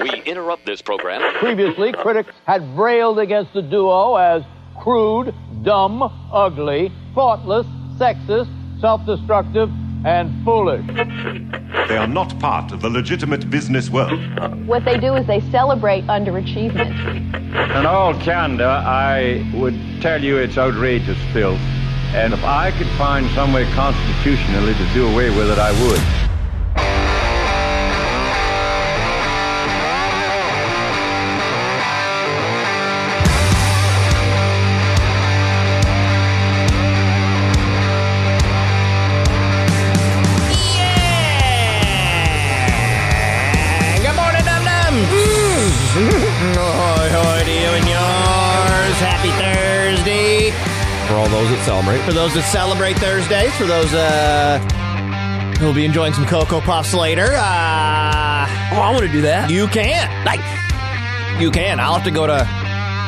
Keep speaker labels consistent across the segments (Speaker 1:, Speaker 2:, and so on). Speaker 1: We interrupt this program.
Speaker 2: Previously, critics had railed against the duo as crude, dumb, ugly, thoughtless, sexist, self destructive, and foolish.
Speaker 3: They are not part of the legitimate business world.
Speaker 4: What they do is they celebrate underachievement.
Speaker 5: In all candor, I would tell you it's outrageous filth. And if I could find some way constitutionally to do away with it, I would.
Speaker 6: Yeah! Good morning, Dum Dums! Hoy, hoy Mm. to you and yours. Happy Thursday.
Speaker 7: For all those that celebrate.
Speaker 6: For those that celebrate Thursdays, for those uh, who'll be enjoying some Cocoa Puffs later, uh,
Speaker 7: Oh, I want to do that.
Speaker 6: you can. Like, you can. I'll have to go to.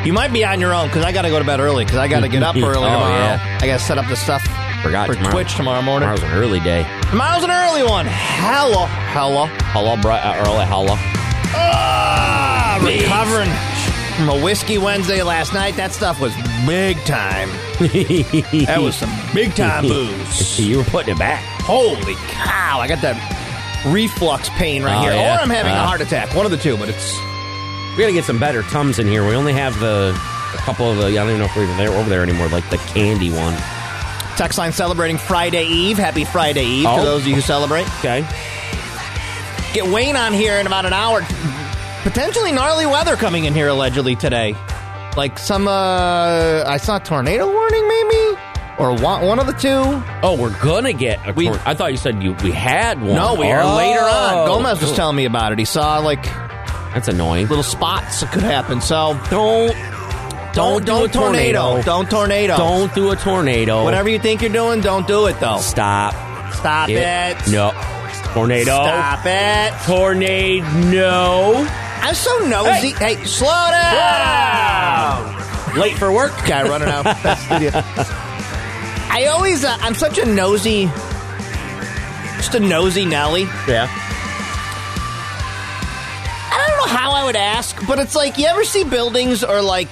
Speaker 6: You might be on your own because I got to go to bed early because I got to get up early
Speaker 7: Oh,
Speaker 6: tomorrow.
Speaker 7: yeah.
Speaker 6: I got to set up the stuff
Speaker 7: Forgot
Speaker 6: for
Speaker 7: tomorrow.
Speaker 6: Twitch tomorrow morning.
Speaker 7: Tomorrow's an early day.
Speaker 6: Tomorrow's an early one. Hello, hello.
Speaker 7: Hello, bright uh, early. Hello.
Speaker 6: Ah,
Speaker 7: Jeez.
Speaker 6: recovering from a whiskey Wednesday last night. That stuff was big time. That was some big time booze.
Speaker 7: you were putting it back.
Speaker 6: Holy cow! I got that reflux pain right
Speaker 7: Oh,
Speaker 6: here,
Speaker 7: yeah.
Speaker 6: or I'm having a
Speaker 7: Uh.
Speaker 6: heart attack. One of the two, but it's
Speaker 7: We gotta get some better tums in here. We only have the a couple of the. I don't even know if we're even there over there anymore. Like the candy one.
Speaker 6: text line celebrating Friday Eve. Happy Friday Eve to
Speaker 7: Oh.
Speaker 6: those of you who celebrate.
Speaker 7: Okay.
Speaker 6: Get Wayne on here in about an hour. Potentially gnarly weather coming in here allegedly today. Like some, uh, I saw tornado warning maybe, or one, one of the two.
Speaker 7: Oh, we're gonna get. A
Speaker 6: We-
Speaker 7: corn- I thought you said you we had one.
Speaker 6: No, we are
Speaker 7: Oh.
Speaker 6: later on. Gomez was telling me about it. He saw like
Speaker 7: That's annoying.
Speaker 6: little spots that could happen. So
Speaker 7: Don't
Speaker 6: don't don't,
Speaker 7: do a
Speaker 6: tornado.
Speaker 7: tornado.
Speaker 6: Don't tornado.
Speaker 7: don't do a tornado.
Speaker 6: Whatever you think you're doing, don't do it though.
Speaker 7: Stop.
Speaker 6: Stop
Speaker 7: it.
Speaker 6: it.
Speaker 7: No. Tornado.
Speaker 6: Stop it.
Speaker 7: Tornado.
Speaker 6: I'm so nosy. Hey, slow down.
Speaker 7: Late for work.
Speaker 6: Guy running out. That's the deal. I always uh, I'm such a nosy, just a nosy Nelly.
Speaker 7: Yeah.
Speaker 6: I don't know how I would ask, but it's like you ever see buildings or like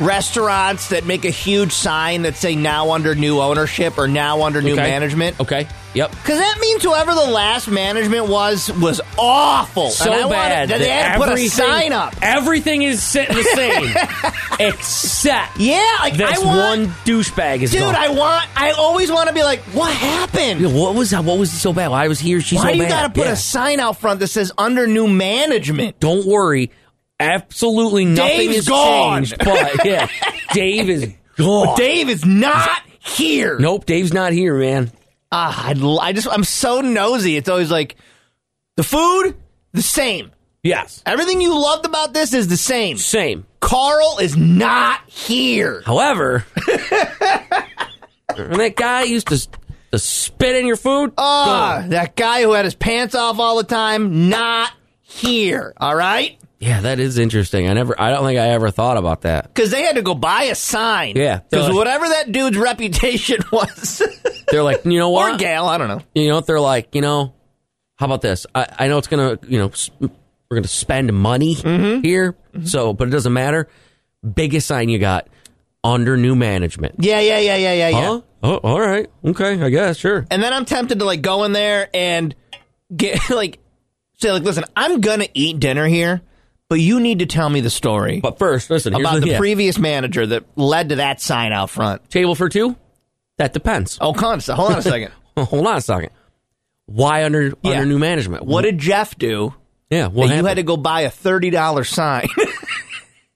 Speaker 6: restaurants that make a huge sign that say now under new ownership or now under new
Speaker 7: Okay.
Speaker 6: management?
Speaker 7: Okay. Yep.
Speaker 6: Because that means whoever the last management was was awful.
Speaker 7: so
Speaker 6: and I
Speaker 7: bad.
Speaker 6: Wanted,
Speaker 7: that
Speaker 6: they had to put a
Speaker 7: everything-
Speaker 6: sign up.
Speaker 7: Everything is set the same, except
Speaker 6: Yeah, like
Speaker 7: this
Speaker 6: I want,
Speaker 7: one douchebag is
Speaker 6: dude.
Speaker 7: gone.
Speaker 6: I want. I always want to be like, what happened?
Speaker 7: what was what was so bad? Why was he or she so
Speaker 6: Why do you
Speaker 7: bad?
Speaker 6: got to put
Speaker 7: Yeah.
Speaker 6: a sign out front that says under new management?
Speaker 7: Don't worry, absolutely nothing
Speaker 6: Dave's
Speaker 7: has
Speaker 6: gone.
Speaker 7: changed. But yeah, Dave is gone.
Speaker 6: Dave is not here.
Speaker 7: Nope, Dave's not here, man.
Speaker 6: Ah, I'd l- I just I'm so nosy. It's always like the food the same.
Speaker 7: Yes,
Speaker 6: Everything you loved about this is the same.
Speaker 7: same.
Speaker 6: Carl is not here.
Speaker 7: However, when that guy used to, to spit in your food,
Speaker 6: Ah,
Speaker 7: gone.
Speaker 6: that guy who had his pants off all the time, not here. All right,
Speaker 7: yeah, that is interesting. I never, I don't think I ever thought about that.
Speaker 6: because they had to go buy a sign.
Speaker 7: Yeah.
Speaker 6: because whatever that dude's reputation was,
Speaker 7: They're like, you know
Speaker 6: or
Speaker 7: what?
Speaker 6: Gail, I don't know.
Speaker 7: you know if they're like you know how about this i, I know it's gonna you know s- we're gonna spend money
Speaker 6: Mm-hmm.
Speaker 7: here so but it doesn't matter biggest sign you got under new management
Speaker 6: Yeah, yeah, yeah, yeah, yeah, yeah.
Speaker 7: huh? oh all right okay i guess sure
Speaker 6: And then I'm tempted to like go in there and get like say like, listen, I'm gonna eat dinner here, but you need to tell me the story
Speaker 7: but first listen here's
Speaker 6: about the
Speaker 7: yeah.
Speaker 6: previous manager that led to that sign out front.
Speaker 7: table for two that depends
Speaker 6: Oh, con, hold on a second.
Speaker 7: hold on a second why under
Speaker 6: Oh. Yeah.
Speaker 7: under new management
Speaker 6: What did Jeff do?
Speaker 7: yeah
Speaker 6: that
Speaker 7: what
Speaker 6: you had
Speaker 7: happened?
Speaker 6: to go buy a thirty dollar sign,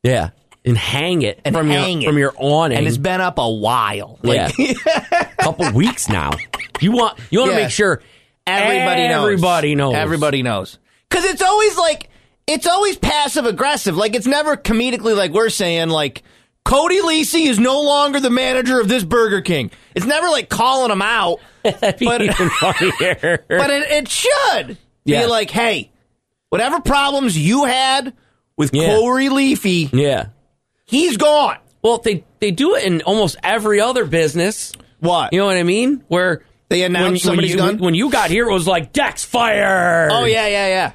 Speaker 7: yeah and hang it
Speaker 6: And
Speaker 7: from
Speaker 6: hang it.
Speaker 7: your from your awning
Speaker 6: and it's been up a while. Like
Speaker 7: yeah. couple weeks now you want you want to
Speaker 6: Yeah.
Speaker 7: make sure
Speaker 6: everybody knows.
Speaker 7: everybody knows
Speaker 6: Everybody knows. Because it's always like it's always passive aggressive. Like it's never comedically like we're saying like Cody Lisi is no longer the manager of this Burger King. It's never like calling him out,
Speaker 7: That'd be
Speaker 6: But-
Speaker 7: even funnier.
Speaker 6: but it, it should
Speaker 7: Yeah.
Speaker 6: be like, hey, whatever problems you had with
Speaker 7: Yeah.
Speaker 6: Corey Leafy,
Speaker 7: yeah.
Speaker 6: he's gone.
Speaker 7: Well, they they do it in almost every other business.
Speaker 6: What?
Speaker 7: You know what I mean? Where
Speaker 6: They announce
Speaker 7: when,
Speaker 6: somebody's
Speaker 7: when you,
Speaker 6: gone?
Speaker 7: When you got here, it was like Dex fire.
Speaker 6: oh yeah, yeah, yeah.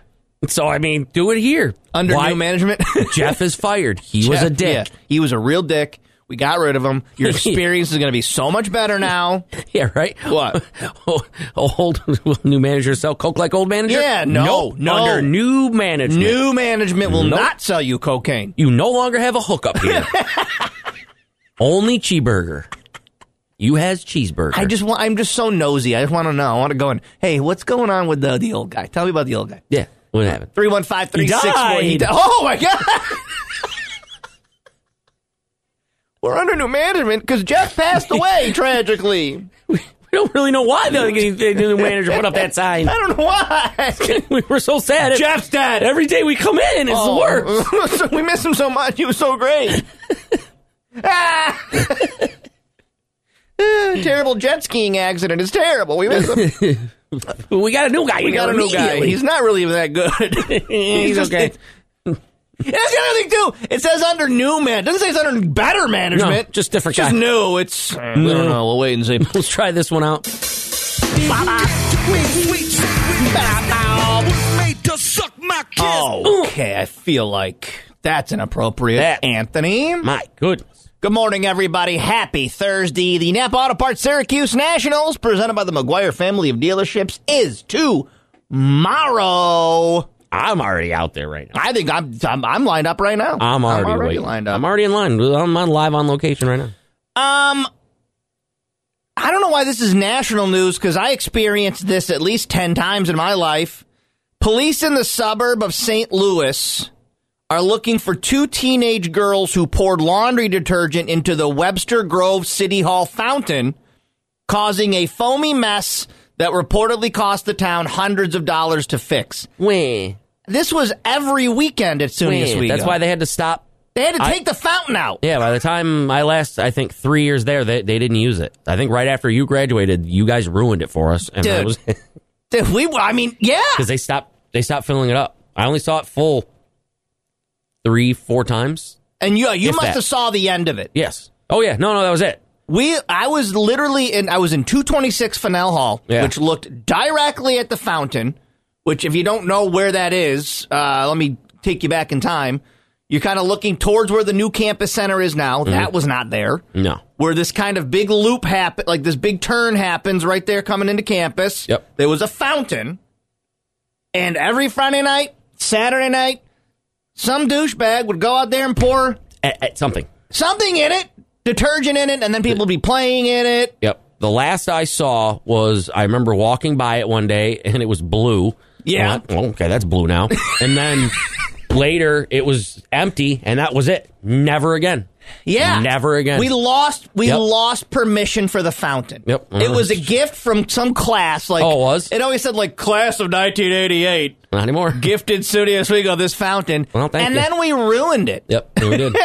Speaker 7: So I mean, do it here
Speaker 6: Under
Speaker 7: Why-
Speaker 6: new management,
Speaker 7: Jeff is fired. He was a
Speaker 6: Jeff,
Speaker 7: dick.
Speaker 6: yeah, he was a real dick. We got rid of him. Your experience is going to be so much better now.
Speaker 7: Yeah, right.
Speaker 6: What?
Speaker 7: Oh, old will new manager sell coke like old manager?
Speaker 6: Yeah, no,
Speaker 7: Nope.
Speaker 6: no.
Speaker 7: Under new management,
Speaker 6: New management will
Speaker 7: Nope.
Speaker 6: not sell you cocaine.
Speaker 7: you no longer have a hookup here. Only cheeseburger. You has cheeseburger.
Speaker 6: I just want. I'm just so nosy. I just want to know. I want to go in. Hey, what's going on with the, the old guy? Tell me about the old guy.
Speaker 7: yeah. What happened?
Speaker 6: Three one five three six four.
Speaker 7: died.
Speaker 6: Oh my god. We're under new management because Jeff passed away tragically.
Speaker 7: We don't really know why the, the new manager put up that sign.
Speaker 6: I don't know why.
Speaker 7: we were so sad.
Speaker 6: Jeff's dead.
Speaker 7: Every day we come in, it's
Speaker 6: Oh.
Speaker 7: the worst.
Speaker 6: so we miss him so much. He was so great. ah! Ah, terrible jet skiing accident. It's terrible. We miss him.
Speaker 7: We got a new guy.
Speaker 6: We got a new guy. He's not really even that good.
Speaker 7: He's okay.
Speaker 6: And that's the other thing too. It says under new man. It doesn't say it's under better management.
Speaker 7: No, just different
Speaker 6: It's
Speaker 7: guy.
Speaker 6: Just new. It's I don't know. We'll wait and see.
Speaker 7: Let's try this one out.
Speaker 6: Okay, I feel like that's inappropriate, Anthony.
Speaker 7: My goodness.
Speaker 6: Good morning, everybody. Happy Thursday. The Napa Auto Parts Syracuse Nationals, presented by the McGuire family of dealerships, is tomorrow.
Speaker 7: I'm already out there right now.
Speaker 6: I think I'm I'm, I'm lined up right now.
Speaker 7: I'm already,
Speaker 6: already
Speaker 7: late.
Speaker 6: lined up.
Speaker 7: I'm already in line. I'm on live on location right now.
Speaker 6: Um, I don't know why this is national news because I experienced this at least 10 times in my life. Police in the suburb of St. Louis are looking for two teenage girls who poured laundry detergent into the Webster Grove City Hall fountain, causing a foamy mess that reportedly cost the town hundreds of dollars to fix.
Speaker 7: Wait,
Speaker 6: This was every weekend at SUNY
Speaker 7: wait.
Speaker 6: Oswego.
Speaker 7: That's why they had to stop.
Speaker 6: they had to
Speaker 7: I-
Speaker 6: take the fountain out.
Speaker 7: Yeah, by the time I last, I think three years there, they, they didn't use it. I think right after you graduated, you guys ruined it for us. And
Speaker 6: Dude.
Speaker 7: Because
Speaker 6: Dude, We, I mean, yeah.
Speaker 7: they stopped, they stopped filling it up. I only saw it full three, four times.
Speaker 6: And you, you
Speaker 7: If
Speaker 6: must
Speaker 7: that.
Speaker 6: have saw the end of it.
Speaker 7: Yes. Oh, yeah. No, no, that was it.
Speaker 6: We, I was literally in, I was in 226 Fennell Hall,
Speaker 7: Yeah.
Speaker 6: which looked directly at the fountain, which if you don't know where that is, uh, let me take you back in time. You're kind of looking towards where the new campus center is now.
Speaker 7: Mm-hmm.
Speaker 6: That was not there.
Speaker 7: No.
Speaker 6: Where this kind of big loop happen, like this big turn happens right there coming into campus.
Speaker 7: Yep.
Speaker 6: There was a fountain. And every Friday night, Saturday night, some douchebag would go out there and pour
Speaker 7: At, at something.
Speaker 6: something in it, detergent in it, and then people would be playing in it.
Speaker 7: Yep. The last I saw was I remember walking by it one day and it was blue.
Speaker 6: Yeah.
Speaker 7: I'm like, "Well, okay, that's blue now. And then later it was empty and that was it. Never again.
Speaker 6: Yeah,
Speaker 7: Never again.
Speaker 6: We lost. We
Speaker 7: Yep.
Speaker 6: lost permission for the fountain.
Speaker 7: Yep. Mm-hmm.
Speaker 6: It was a gift from some class. Like
Speaker 7: Oh, it was?
Speaker 6: It always said like class of 1988
Speaker 7: Not anymore.
Speaker 6: gifted SUNY Oswego this fountain.
Speaker 7: Well, thank
Speaker 6: and
Speaker 7: you.
Speaker 6: then we ruined it.
Speaker 7: Yep. and we did.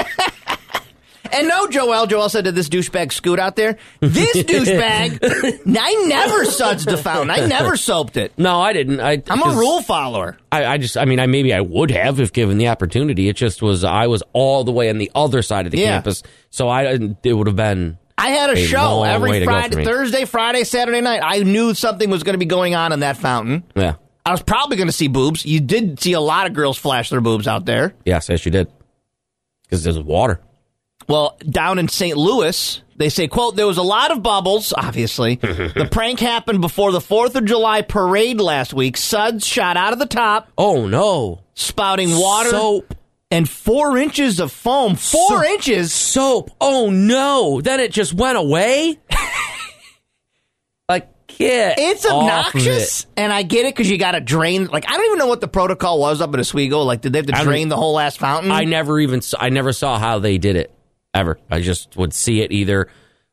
Speaker 6: And no, Joel. Joel said, "Did this douchebag scoot out there? This douchebag. I never suds the fountain. I never soaped it.
Speaker 7: No, I didn't. I,
Speaker 6: I'm a
Speaker 7: 'cause
Speaker 6: rule follower.
Speaker 7: I, I just, I mean, I maybe I would have if given the opportunity. It just was, I was all the way on the other side of the
Speaker 6: Yeah.
Speaker 7: campus. So I, didn't- it would have been,
Speaker 6: I had a,
Speaker 7: A
Speaker 6: show
Speaker 7: long way
Speaker 6: every
Speaker 7: to go for
Speaker 6: Friday,
Speaker 7: me.
Speaker 6: Thursday, Friday, Saturday night. I knew something was going to be going on in that fountain.
Speaker 7: yeah.
Speaker 6: I was probably going to see boobs. You did see a lot of girls flash their boobs out there.
Speaker 7: Yes, yes, you did. Because there was water.
Speaker 6: Well, down in St. Louis, they say, quote, there was a lot of bubbles, obviously. the prank happened before the 4th of July parade last week. Suds shot out of the top,
Speaker 7: Oh, no.
Speaker 6: spouting water
Speaker 7: Soap.
Speaker 6: and four inches of foam. Four
Speaker 7: So-
Speaker 6: inches?
Speaker 7: soap. Oh no! Then it just went away. like kid,
Speaker 6: It's obnoxious, and I get it because you got to drain. Like I don't even know what the protocol was up at Oswego. Like, did they have to
Speaker 7: I don't-
Speaker 6: drain the whole ass fountain?
Speaker 7: I never even saw, I never saw how they did it ever. I just would see it either a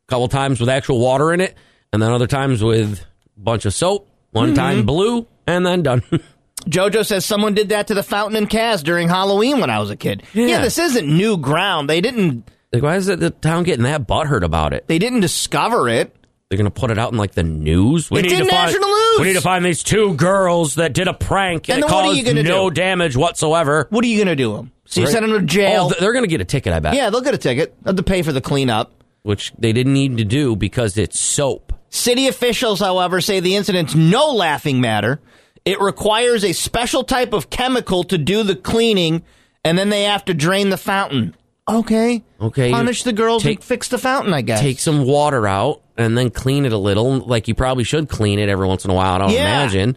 Speaker 7: couple times with actual water in it, and then other times with a bunch of soap. One
Speaker 6: Mm-hmm.
Speaker 7: time blue, and then done.
Speaker 6: JoJo says someone did that to the fountain in Cass during Halloween when I was a kid. Yeah,
Speaker 7: Yeah.
Speaker 6: this isn't new ground. They didn't
Speaker 7: like, why is it the town getting that butthurt about it?
Speaker 6: they didn't discover it.
Speaker 7: They're gonna put it out in like the news. We
Speaker 6: It's in national news.
Speaker 7: We need to find these two girls that did a prank
Speaker 6: And
Speaker 7: and, it
Speaker 6: then what are you
Speaker 7: caused
Speaker 6: gonna
Speaker 7: no
Speaker 6: do?
Speaker 7: damage whatsoever.
Speaker 6: What are you gonna do them? So you
Speaker 7: Right.
Speaker 6: send them to
Speaker 7: Oh,
Speaker 6: jail?
Speaker 7: th- they're going to get a ticket, I bet.
Speaker 6: yeah, they'll get a ticket. They'll have to pay for the cleanup.
Speaker 7: Which they didn't need to do because it's soap.
Speaker 6: City officials, however, say the incident's no laughing matter. It requires a special type of chemical to do the cleaning, and then they have to drain the fountain. Okay.
Speaker 7: Okay,
Speaker 6: Punish the girls
Speaker 7: take-
Speaker 6: and fix the fountain, I guess.
Speaker 7: Take some water out and then clean it a little. Like you probably should clean it every once in a while. I don't
Speaker 6: Yeah.
Speaker 7: imagine.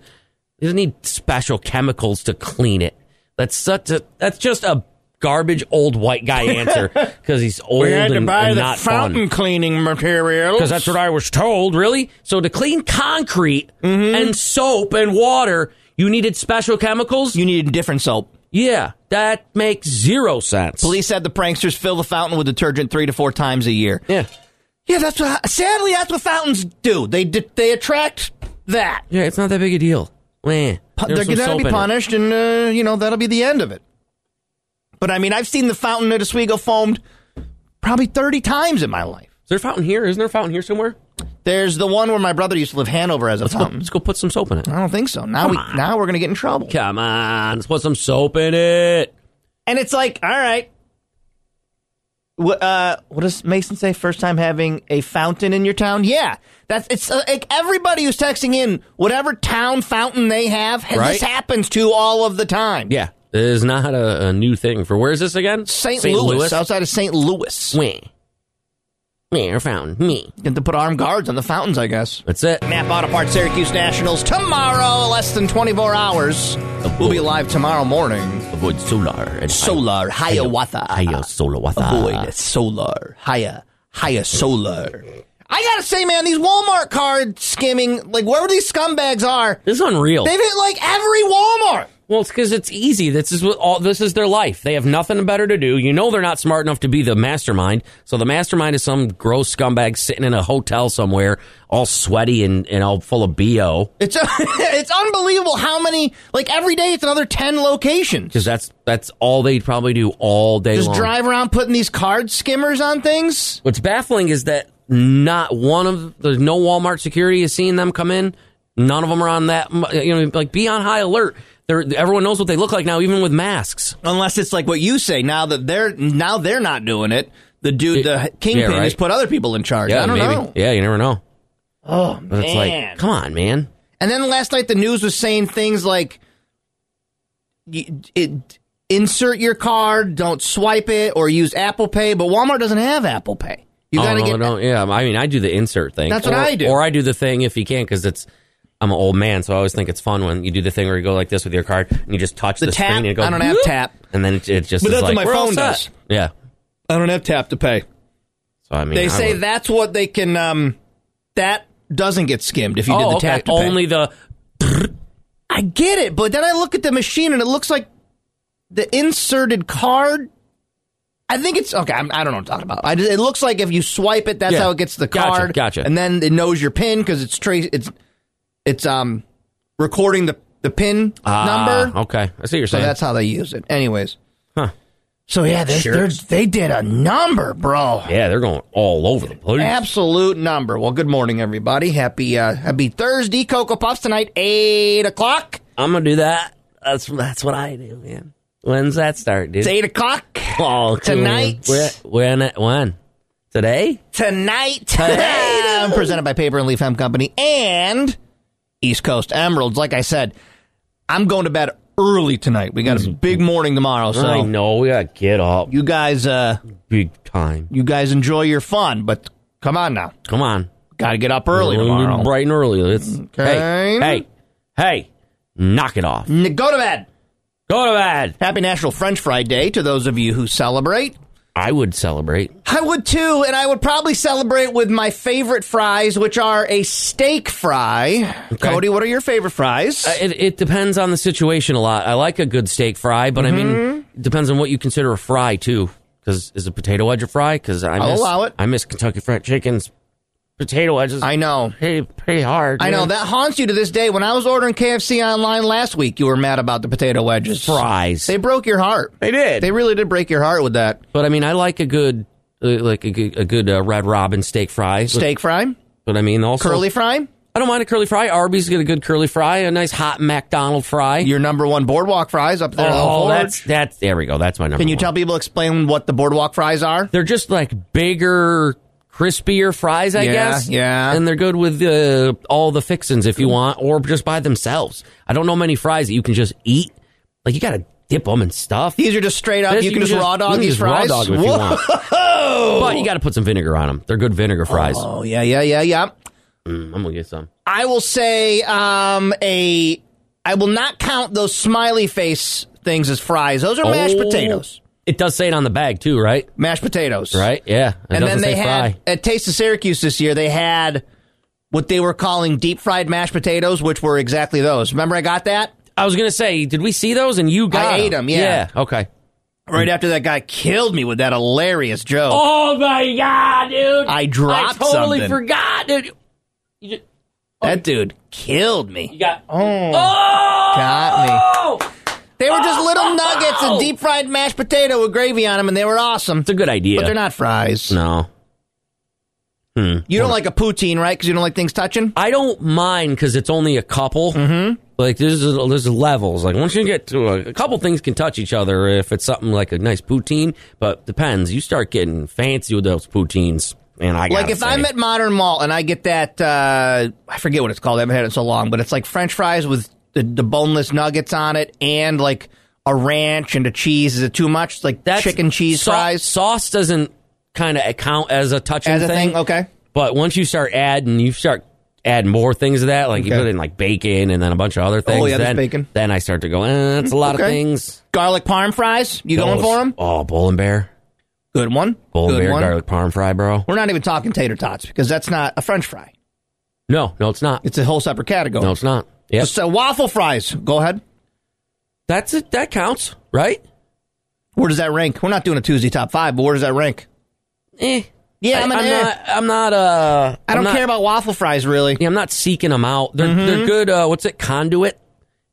Speaker 7: You don't need special chemicals to clean it. That's such a. That's just a garbage old white guy answer because he's old
Speaker 6: we had to
Speaker 7: and,
Speaker 6: buy
Speaker 7: and
Speaker 6: the
Speaker 7: not
Speaker 6: fountain
Speaker 7: fun.
Speaker 6: cleaning materials.
Speaker 7: Because that's what I was told, really. So to clean concrete
Speaker 6: Mm-hmm.
Speaker 7: and soap and water, you needed special chemicals.
Speaker 6: you needed different soap.
Speaker 7: yeah, that makes zero sense.
Speaker 6: Police said the pranksters fill the fountain with detergent three to four times a year.
Speaker 7: yeah,
Speaker 6: Yeah, that's what. Sadly, that's what fountains do. They di- they attract that.
Speaker 7: yeah, it's not that big a deal. Eh,
Speaker 6: Pu-
Speaker 7: there's
Speaker 6: They're
Speaker 7: some
Speaker 6: going
Speaker 7: soap
Speaker 6: to
Speaker 7: in
Speaker 6: be
Speaker 7: it.
Speaker 6: punished, and uh, you know that'll be the end of it. But I mean, I've seen the fountain at Oswego foamed probably thirty times in my life.
Speaker 7: Is there a fountain here? Isn't there a fountain here somewhere?
Speaker 6: There's the one where my brother used to live, Hanover, as a
Speaker 7: Let's go,
Speaker 6: fountain.
Speaker 7: let's go put some soap in it.
Speaker 6: Um, I don't think so. Now we
Speaker 7: Come on.
Speaker 6: now we're going to get in trouble.
Speaker 7: Come on, let's put some soap in it.
Speaker 6: And it's like, all right. What, uh, what does Mason say? First time having a fountain in your town? Yeah, that's it's uh, like everybody who's texting in whatever town fountain they have.
Speaker 7: Right.
Speaker 6: This happens to all of the time.
Speaker 7: Yeah, it is not a, a new thing. For where is this again?
Speaker 6: St. Louis, outside of St. Louis,
Speaker 7: Me, me, or fountain, me.
Speaker 6: get to put armed guards on the fountains, I guess.
Speaker 7: That's it.
Speaker 6: Map Auto Parts Syracuse Nationals tomorrow, less than 24 hours. We'll be live tomorrow morning.
Speaker 7: Avoid solar and
Speaker 6: Solar Hiawatha.
Speaker 7: Hiya, solar
Speaker 6: Avoid solar. Higher. Higher solar. I gotta say, man, these Walmart card skimming, like wherever these scumbags are,
Speaker 7: This is unreal.
Speaker 6: they've hit like every Walmart.
Speaker 7: well, it's because it's easy. This is what all. This is their life. They have nothing better to do. You know they're not smart enough to be the mastermind. So the mastermind is some gross scumbag sitting in a hotel somewhere, all sweaty and, and all full of bo.
Speaker 6: It's it's unbelievable how many like every day it's another ten locations.
Speaker 7: Because that's that's all they probably do all day
Speaker 6: Just
Speaker 7: long.
Speaker 6: drive around putting these card skimmers on things.
Speaker 7: What's baffling is that not one of there's no Walmart security is seeing them come in. None of them are on that. mu- You know, like be on high alert. They're, everyone knows what they look like now, even with masks.
Speaker 6: Unless it's like what you say now that they're now they're not doing it. The dude, the kingpin,
Speaker 7: right.
Speaker 6: has put other people in charge. I don't
Speaker 7: maybe.
Speaker 6: know.
Speaker 7: Yeah, you never know.
Speaker 6: Oh
Speaker 7: But it's
Speaker 6: man!
Speaker 7: like, come on, man.
Speaker 6: And then last night the news was saying things like, y- it, insert your card, don't swipe it, or use Apple Pay. But Walmart doesn't have Apple Pay. You
Speaker 7: Oh,
Speaker 6: gotta
Speaker 7: no,
Speaker 6: get.
Speaker 7: don't- yeah, I mean, I do the insert thing.
Speaker 6: That's what
Speaker 7: Or-
Speaker 6: I do.
Speaker 7: Or I do the thing if you can, because it's. I'm an old man, so I always think it's fun when you do the thing where you go like this with your card and you just touch the,
Speaker 6: The tap?
Speaker 7: screen and it goes.
Speaker 6: I don't have
Speaker 7: whoop,
Speaker 6: tap.
Speaker 7: and then it, it just.
Speaker 6: But
Speaker 7: is
Speaker 6: that's what
Speaker 7: like,
Speaker 6: my
Speaker 7: "We're all
Speaker 6: phone
Speaker 7: set."
Speaker 6: does.
Speaker 7: Yeah,
Speaker 6: I don't have tap to pay.
Speaker 7: so I mean,
Speaker 6: They
Speaker 7: I
Speaker 6: say
Speaker 7: would-
Speaker 6: that's what they can. Um, that doesn't get skimmed if you did the
Speaker 7: Oh, okay.
Speaker 6: tap to pay.
Speaker 7: Only the
Speaker 6: I get it, but then I look at the machine and it looks like the inserted card. I think it's okay. I'm, I don't know what I'm talking about. I just, it looks like if you swipe it, that's
Speaker 7: Yeah.
Speaker 6: how it gets the
Speaker 7: Gotcha,
Speaker 6: card.
Speaker 7: gotcha.
Speaker 6: And then it knows your pin because it's trace. It's it's um recording the the pin
Speaker 7: Ah,
Speaker 6: number.
Speaker 7: Okay, I see what you're
Speaker 6: So
Speaker 7: saying.
Speaker 6: that's how they use it. Anyways.
Speaker 7: Huh.
Speaker 6: So yeah, they
Speaker 7: Sure.
Speaker 6: they're, they did a number, bro.
Speaker 7: yeah, they're going all over the place.
Speaker 6: Absolute number. Well, good morning, everybody. Happy uh, happy Thursday, Cocoa Puffs tonight, eight o'clock.
Speaker 7: I'm gonna do that. That's that's what I do, man. When's that start, dude?
Speaker 6: It's eight o'clock.
Speaker 7: Oh, come
Speaker 6: tonight.
Speaker 7: on. When? When? when? Today?
Speaker 6: tonight. Tonight. presented by Paper and Leaf Hemp Company and East Coast Emeralds. Like I said, I'm going to bed early tonight. We got a big morning tomorrow,
Speaker 7: I
Speaker 6: so
Speaker 7: know we gotta get up
Speaker 6: you guys, uh,
Speaker 7: big time.
Speaker 6: you guys enjoy your fun, but come on now,
Speaker 7: Come on,
Speaker 6: got to get up early
Speaker 7: We're gonna be
Speaker 6: tomorrow.
Speaker 7: bright and early. It's
Speaker 6: Okay.
Speaker 7: hey, hey, hey, knock it off.
Speaker 6: N- Go to bed.
Speaker 7: Go to bed.
Speaker 6: Happy National French Fry Day to those of you who celebrate.
Speaker 7: I would celebrate.
Speaker 6: I would too, and I would probably celebrate with my favorite fries, which are a steak fry. Cody, what are your favorite fries?
Speaker 7: Uh, It, it depends on the situation a lot. I like a good steak fry, but I
Speaker 6: Mm-hmm.
Speaker 7: mean, it depends on what you consider a fry too. Because is a potato wedge a fry? Because I
Speaker 6: I'll
Speaker 7: miss,
Speaker 6: allow it.
Speaker 7: I miss Kentucky Fried Chicken's potato wedges.
Speaker 6: I know.
Speaker 7: pretty pretty hard.
Speaker 6: I know
Speaker 7: man.
Speaker 6: that haunts you to this day. When I was ordering KFC online last week, you were mad about the potato wedges.
Speaker 7: fries.
Speaker 6: They broke your heart.
Speaker 7: They did.
Speaker 6: They really did break your heart with that
Speaker 7: but I mean, I like a good uh, like a good, a good uh, Red Robin steak fry. But-
Speaker 6: steak fry,
Speaker 7: but, I mean also
Speaker 6: curly fry.
Speaker 7: I don't mind a curly fry. Arby's got a good curly fry, a nice hot McDonald fry.
Speaker 6: Your number one boardwalk fries up there. on the
Speaker 7: oh,
Speaker 6: board.
Speaker 7: that's that's there we go. That's my number.
Speaker 6: Can you
Speaker 7: one.
Speaker 6: tell people explain what the boardwalk fries are?
Speaker 7: They're just like bigger crispier fries, I
Speaker 6: Yeah,
Speaker 7: guess.
Speaker 6: yeah.
Speaker 7: And they're good with uh, all the fixins if you want, or just by themselves. I don't know many fries that you can just eat. Like you got to dip them and stuff.
Speaker 6: These are just straight up.
Speaker 7: This
Speaker 6: you can just raw
Speaker 7: you
Speaker 6: dog
Speaker 7: can
Speaker 6: these
Speaker 7: just raw
Speaker 6: fries.
Speaker 7: dog 'em if you want. But you got to put some vinegar on them. They're good vinegar fries.
Speaker 6: Oh yeah, yeah, yeah, yeah.
Speaker 7: Mm, I'm gonna get some.
Speaker 6: I will say um, a. I will not count those smiley face things as fries. Those are mashed
Speaker 7: Oh.
Speaker 6: potatoes.
Speaker 7: It does say it on the bag too, right?
Speaker 6: Mashed potatoes,
Speaker 7: Right? Yeah. It
Speaker 6: And then
Speaker 7: doesn't
Speaker 6: they
Speaker 7: say
Speaker 6: had at Taste of Syracuse this year. They had what they were calling deep fried mashed potatoes, which were exactly those. Remember, I got that
Speaker 7: I was gonna say, did we see those? And you got
Speaker 6: I ate 'em, yeah.
Speaker 7: Okay.
Speaker 6: right after that guy killed me with that hilarious joke.
Speaker 7: Oh my god, dude!
Speaker 6: I dropped
Speaker 7: I totally
Speaker 6: something.
Speaker 7: forgot, dude. You just
Speaker 6: that dude killed
Speaker 7: you
Speaker 6: me.
Speaker 7: got
Speaker 6: Oh,
Speaker 7: oh
Speaker 6: got me.
Speaker 7: Oh!
Speaker 6: They were just little nuggets of deep fried mashed potato with gravy on them, and they were awesome.
Speaker 7: It's a good idea.
Speaker 6: But they're not fries.
Speaker 7: No,
Speaker 6: You don't like a poutine, right? Because you don't like things touching.
Speaker 7: I don't mind because it's only a couple. Mm-hmm. Like there's there's levels. Like once you get to a, a couple things can touch each other if it's something like a nice poutine. But depends. You start getting fancy with those poutines, and I
Speaker 6: Like
Speaker 7: gotta
Speaker 6: if I'm
Speaker 7: say-
Speaker 6: at Modern Mall and I get that, uh, I forget what it's called. I haven't had it in so long, but it's like French fries with the, the boneless nuggets on it and like a ranch and a cheese. Is it too much? It's Like
Speaker 7: That's-
Speaker 6: chicken cheese
Speaker 7: sau-
Speaker 6: fries
Speaker 7: Sauce doesn't kind of count as a touching
Speaker 6: as a thing? Okay.
Speaker 7: But once you start adding, you start adding more things to that. Like you
Speaker 6: Okay. Oh,
Speaker 7: put in like bacon and then a bunch of other things.
Speaker 6: yeah, there's
Speaker 7: then,
Speaker 6: bacon.
Speaker 7: Then I start to go, eh, that's a lot of
Speaker 6: Okay.
Speaker 7: things.
Speaker 6: Garlic parm fries? You going
Speaker 7: Those-
Speaker 6: for them?
Speaker 7: Oh, Bull and Bear.
Speaker 6: Good one.
Speaker 7: Bull and
Speaker 6: Good
Speaker 7: Bear
Speaker 6: one.
Speaker 7: garlic parm fry, bro.
Speaker 6: We're not even talking tater tots because that's not a French fry.
Speaker 7: No, no, it's not.
Speaker 6: It's a whole separate category.
Speaker 7: No, it's not. Yeah,
Speaker 6: So waffle fries. Go ahead.
Speaker 7: that's it. That counts, right?
Speaker 6: Where does that rank? We're not doing a Tuesday top five, but where does that rank?
Speaker 7: Eh.
Speaker 6: Yeah,
Speaker 7: I,
Speaker 6: I'm an
Speaker 7: am
Speaker 6: eh.
Speaker 7: not. I'm not. Uh,
Speaker 6: I
Speaker 7: I'm
Speaker 6: don't
Speaker 7: not-
Speaker 6: care about waffle fries really.
Speaker 7: Yeah, I'm not seeking them out. They're they're good. Uh, what's it? Conduit.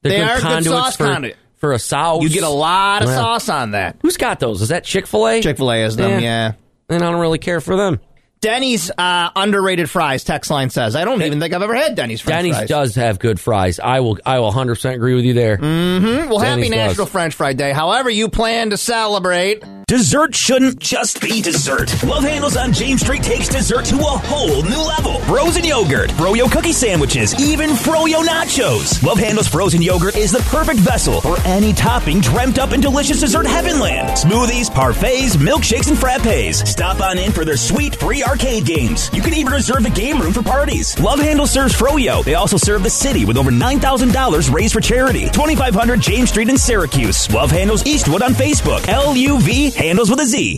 Speaker 7: They're
Speaker 6: They are good sauce
Speaker 7: for,
Speaker 6: conduit.
Speaker 7: for a sauce.
Speaker 6: You get a lot of
Speaker 7: Well.
Speaker 6: sauce on that.
Speaker 7: Who's got those? Is that Chick Fil A?
Speaker 6: Chick Fil A is them, yeah.
Speaker 7: Yeah. And I don't really care for them.
Speaker 6: Denny's uh, underrated fries. Text line says I don't even think I've ever had Denny's French
Speaker 7: Denny's
Speaker 6: fries.
Speaker 7: does have good fries. I will. I will 100 percent agree with you there.
Speaker 6: Mm-hmm. Mm, well, happy
Speaker 7: Denny's does.
Speaker 6: National French Fry Day. However, you plan to celebrate.
Speaker 1: Dessert shouldn't just be dessert. Love Handles on James Street takes dessert to a whole new level. Frozen yogurt, froyo cookie sandwiches, even froyo nachos. Love Handles frozen yogurt is the perfect vessel for any topping dreamt up in delicious dessert heavenland. Smoothies, parfaits, milkshakes, and frappes. Stop on in for their sweet free arcade games. You can even reserve a game room for parties. Love Handle serves froyo. They also serve the city with over $9,000 raised for charity. 2500 James Street in Syracuse. Love Handles Eastwood on Facebook. L-U-V Handles with a Z.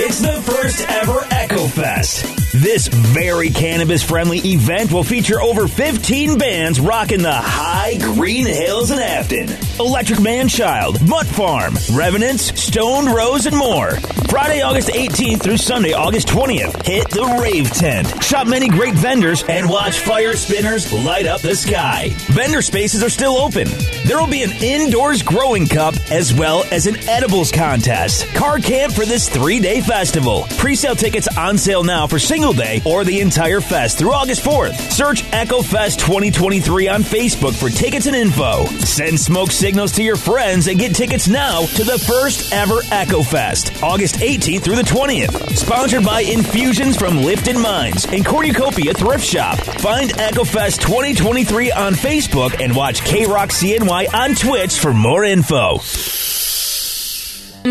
Speaker 1: It's the first ever Echo Fest. This very cannabis friendly event will feature over 15 bands rocking the high green hills in Afton. Electric Manchild, Mutt Farm, Revenants, Stoned Rose, and more. Friday, August 18th through Sunday, August 20th, hit the Rave Tent. Shop many great vendors and watch fire spinners light up the sky. Vendor spaces are still open. There will be an indoors growing cup as well as an edibles contest. Car camp for this three day festival. Pre sale tickets on sale now for single day or the entire fest through August 4th. Search Echo Fest 2023 on Facebook for tickets and info. Send smoke signals to your friends and get tickets now to the first ever Echo Fest, August 18th through the 20th. Sponsored by Infusions from Lifton Mines and Cornucopia Thrift Shop. Find Echo Fest 2023 on Facebook and watch K Rock CNY on Twitch for more info.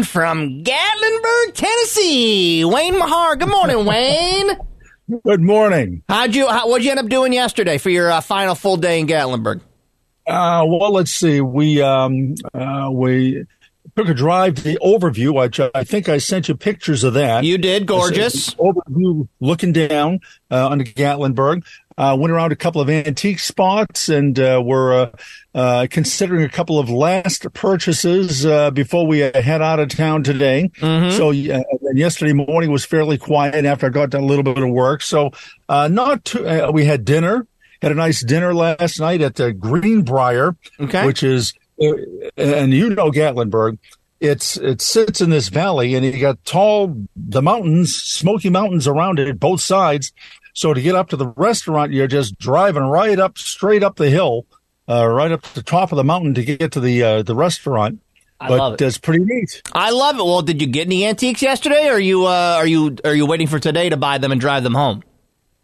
Speaker 6: From Gatlinburg, Tennessee, Wayne Mahar. Good morning, Wayne.
Speaker 8: Good morning.
Speaker 6: How'd you? How, what'd you end up doing yesterday for your uh, final full day in Gatlinburg?
Speaker 8: Uh, well, let's see. We um, uh, we took a drive to the overview. Which I think I sent you pictures of that.
Speaker 6: You did gorgeous.
Speaker 8: overview looking down uh, onto Gatlinburg. Uh, went around a couple of antique spots and uh, were uh, uh, considering a couple of last purchases uh, before we uh, head out of town today.
Speaker 7: Mm-hmm.
Speaker 8: So uh, and yesterday morning was fairly quiet after I got done a little bit of work. So uh, not too, uh, we had dinner, had a nice dinner last night at the Greenbrier,
Speaker 6: Okay.
Speaker 8: which is uh, and you know Gatlinburg it's it sits in this valley and you got tall the mountains smoky mountains around it both sides so to get up to the restaurant you're just driving right up straight up the hill uh, right up to the top of the mountain to get to the uh, the restaurant
Speaker 7: I
Speaker 1: but
Speaker 7: love it.
Speaker 1: that's pretty neat.
Speaker 6: I love it. Well, did you get any antiques yesterday? Or are you uh, are you are you waiting for today to buy them and drive them home?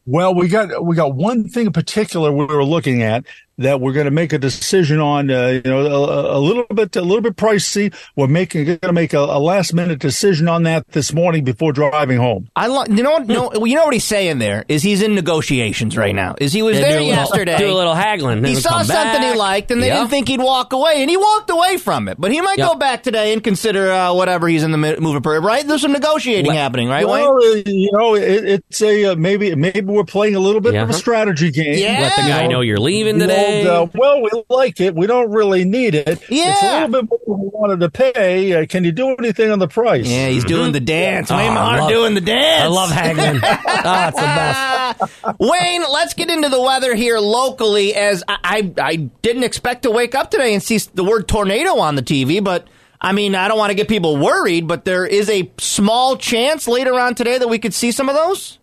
Speaker 1: Well, we got we got one thing in particular we were looking at that we're going to make a decision on. Uh, you know, a, a little bit a little bit pricey. We're making going to make a, a last minute decision on that this morning before driving home.
Speaker 6: I lo- you know what no, you know what he's saying there is he's in negotiations right now. Is he was
Speaker 7: Yeah,
Speaker 6: there
Speaker 7: do a little-
Speaker 6: yesterday?
Speaker 7: do a little haggling. then
Speaker 6: he saw
Speaker 7: come
Speaker 6: something
Speaker 7: back.
Speaker 6: he liked, and they
Speaker 7: Yeah.
Speaker 6: didn't think he'd walk away, and he walked away from it. But he might
Speaker 7: Yep.
Speaker 6: go back today and consider uh, whatever he's in the mi- move of prayer. Right? There's some negotiating
Speaker 7: Well-
Speaker 6: happening, right,
Speaker 1: well,
Speaker 6: Wayne?
Speaker 1: uh, you know, it, it's a uh, maybe maybe we're playing a little bit of
Speaker 7: Yeah.
Speaker 1: a strategy game.
Speaker 6: Yeah.
Speaker 7: Let the guy know you're leaving today.
Speaker 1: And, uh, well, we like it. We don't really need it. It's a
Speaker 6: Yeah.
Speaker 1: little bit more than we wanted to pay. Uh, can you do anything on the price?
Speaker 6: Yeah, he's doing the dance.
Speaker 7: Oh,
Speaker 6: Wayne
Speaker 7: I
Speaker 6: Maher
Speaker 7: love-
Speaker 6: doing the dance.
Speaker 7: I love haggling. Ah, it's the best.
Speaker 6: Uh, Wayne, let's get into the weather here locally. As I, I, I didn't expect to wake up today and see the word tornado on the TV, but I mean, I don't want to get people worried, but there is a small chance later on today that we could see some of those.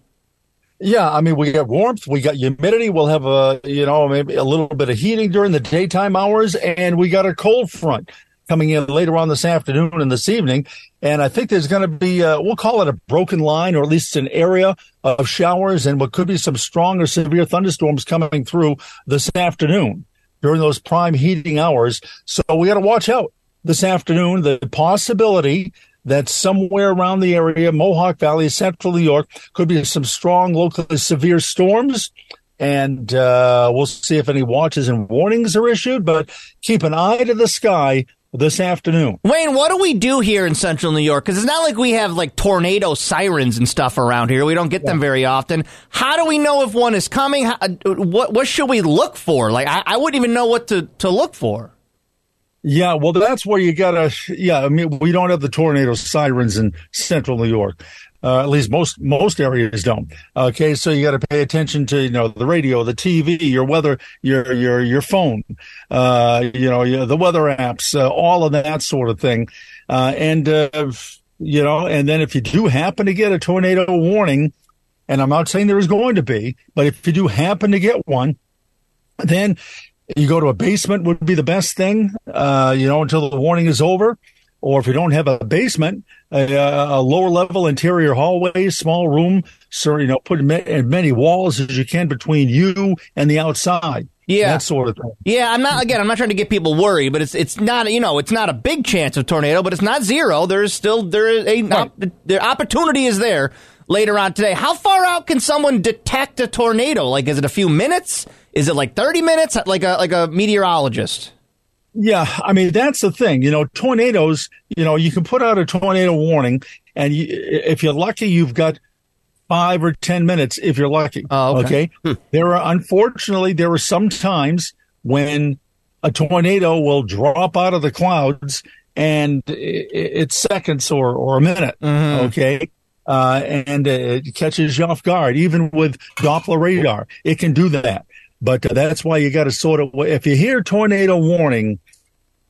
Speaker 1: Yeah, I mean, we got warmth, we got humidity, we'll have a, you know, maybe a little bit of heating during the daytime hours, and we got a cold front coming in later on this afternoon and this evening. And I think there's going to be, uh, we'll call it a broken line or at least an area of showers and what could be some strong or severe thunderstorms coming through this afternoon during those prime heating hours. So we got to watch out this afternoon. The possibility that somewhere around the area, Mohawk Valley, central New York, could be some strong, locally severe storms. And uh, we'll see if any watches and warnings are issued, but keep an eye to the sky this afternoon.
Speaker 6: Wayne, what do we do here in central New York? Because it's not like we have like tornado sirens and stuff around here. We don't get them very often. How do we know if one is coming? How, uh, what, what should we look for? Like, I, I wouldn't even know what to, to look for.
Speaker 1: Yeah, well, that's where you gotta. Yeah, I mean, we don't have the tornado sirens in central New York. Uh, at least most most areas don't. Okay, so you got to pay attention to you know the radio, the TV, your weather, your your your phone, uh, you know your, the weather apps, uh, all of that sort of thing, uh, and uh, if- you know, and then if you do happen to get a tornado warning, and I'm not saying there is going to be, but if you do happen to get one, then you go to a basement would be the best thing uh, you know until the warning is over or if you don't have a basement a, a lower level interior hallway small room so you know put as ma- as many walls as you can between you and the outside
Speaker 6: Yeah.
Speaker 1: that sort of thing
Speaker 6: Yeah, I'm not again. I'm not trying to get people worried, but it's it's not you know it's not a big chance of tornado, but it's not zero. There is still there is a op, the opportunity is there later on today. How far out can someone detect a tornado? Like, is it a few minutes? Is it like 30 minutes? Like a like a meteorologist?
Speaker 1: Yeah, I mean that's the thing. You know, tornadoes. You know, you can put out a tornado warning, and you, if you're lucky, you've got five or ten minutes. If you're lucky,
Speaker 6: Oh, okay.
Speaker 1: there are unfortunately there are some times when a tornado will drop out of the clouds, and i i- it's seconds or or a minute.
Speaker 6: Mm-hmm.
Speaker 1: Okay. Uh, and uh, it catches you off guard, even with Doppler radar. It can do that. But uh, that's why you got to sort of, if you hear tornado warning,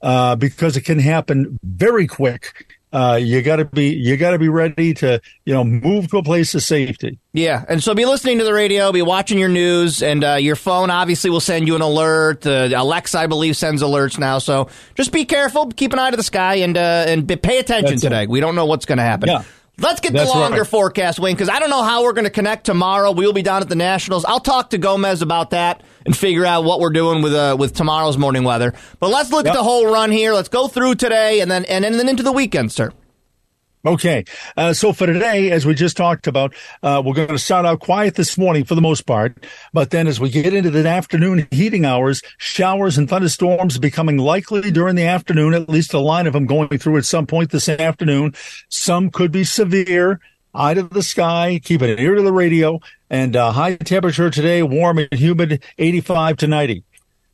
Speaker 1: uh, because it can happen very quick. Uh, you got to be you got to be ready to you know move to a place of safety.
Speaker 6: Yeah, and so be listening to the radio, be watching your news, and uh, your phone obviously will send you an alert. Uh, Alexa, I believe, sends alerts now. So just be careful, keep an eye to the sky, and uh, and be, pay attention
Speaker 1: That's it.
Speaker 6: today. We don't know what's going to happen.
Speaker 1: Yeah.
Speaker 6: Let's get
Speaker 1: That's
Speaker 6: the longer
Speaker 1: right.
Speaker 6: forecast, Wayne, because I don't know how we're going to connect tomorrow. We'll be down at the Nationals. I'll talk to Gomez about that and figure out what we're doing with uh, with tomorrow's morning weather. But let's look at
Speaker 1: Yep.
Speaker 6: the whole run here. Let's go through today and then and, then into the weekend, sir.
Speaker 1: Okay, uh, so for today, as we just talked about, uh, we're going to start out quiet this morning for the most part, but then as we get into the afternoon heating hours, showers and thunderstorms becoming likely during the afternoon. At least a line of them going through at some point this afternoon. Some could be severe. Eye to the sky, keep an ear to the radio, and uh, high temperature today, warm and humid, 85 to 90.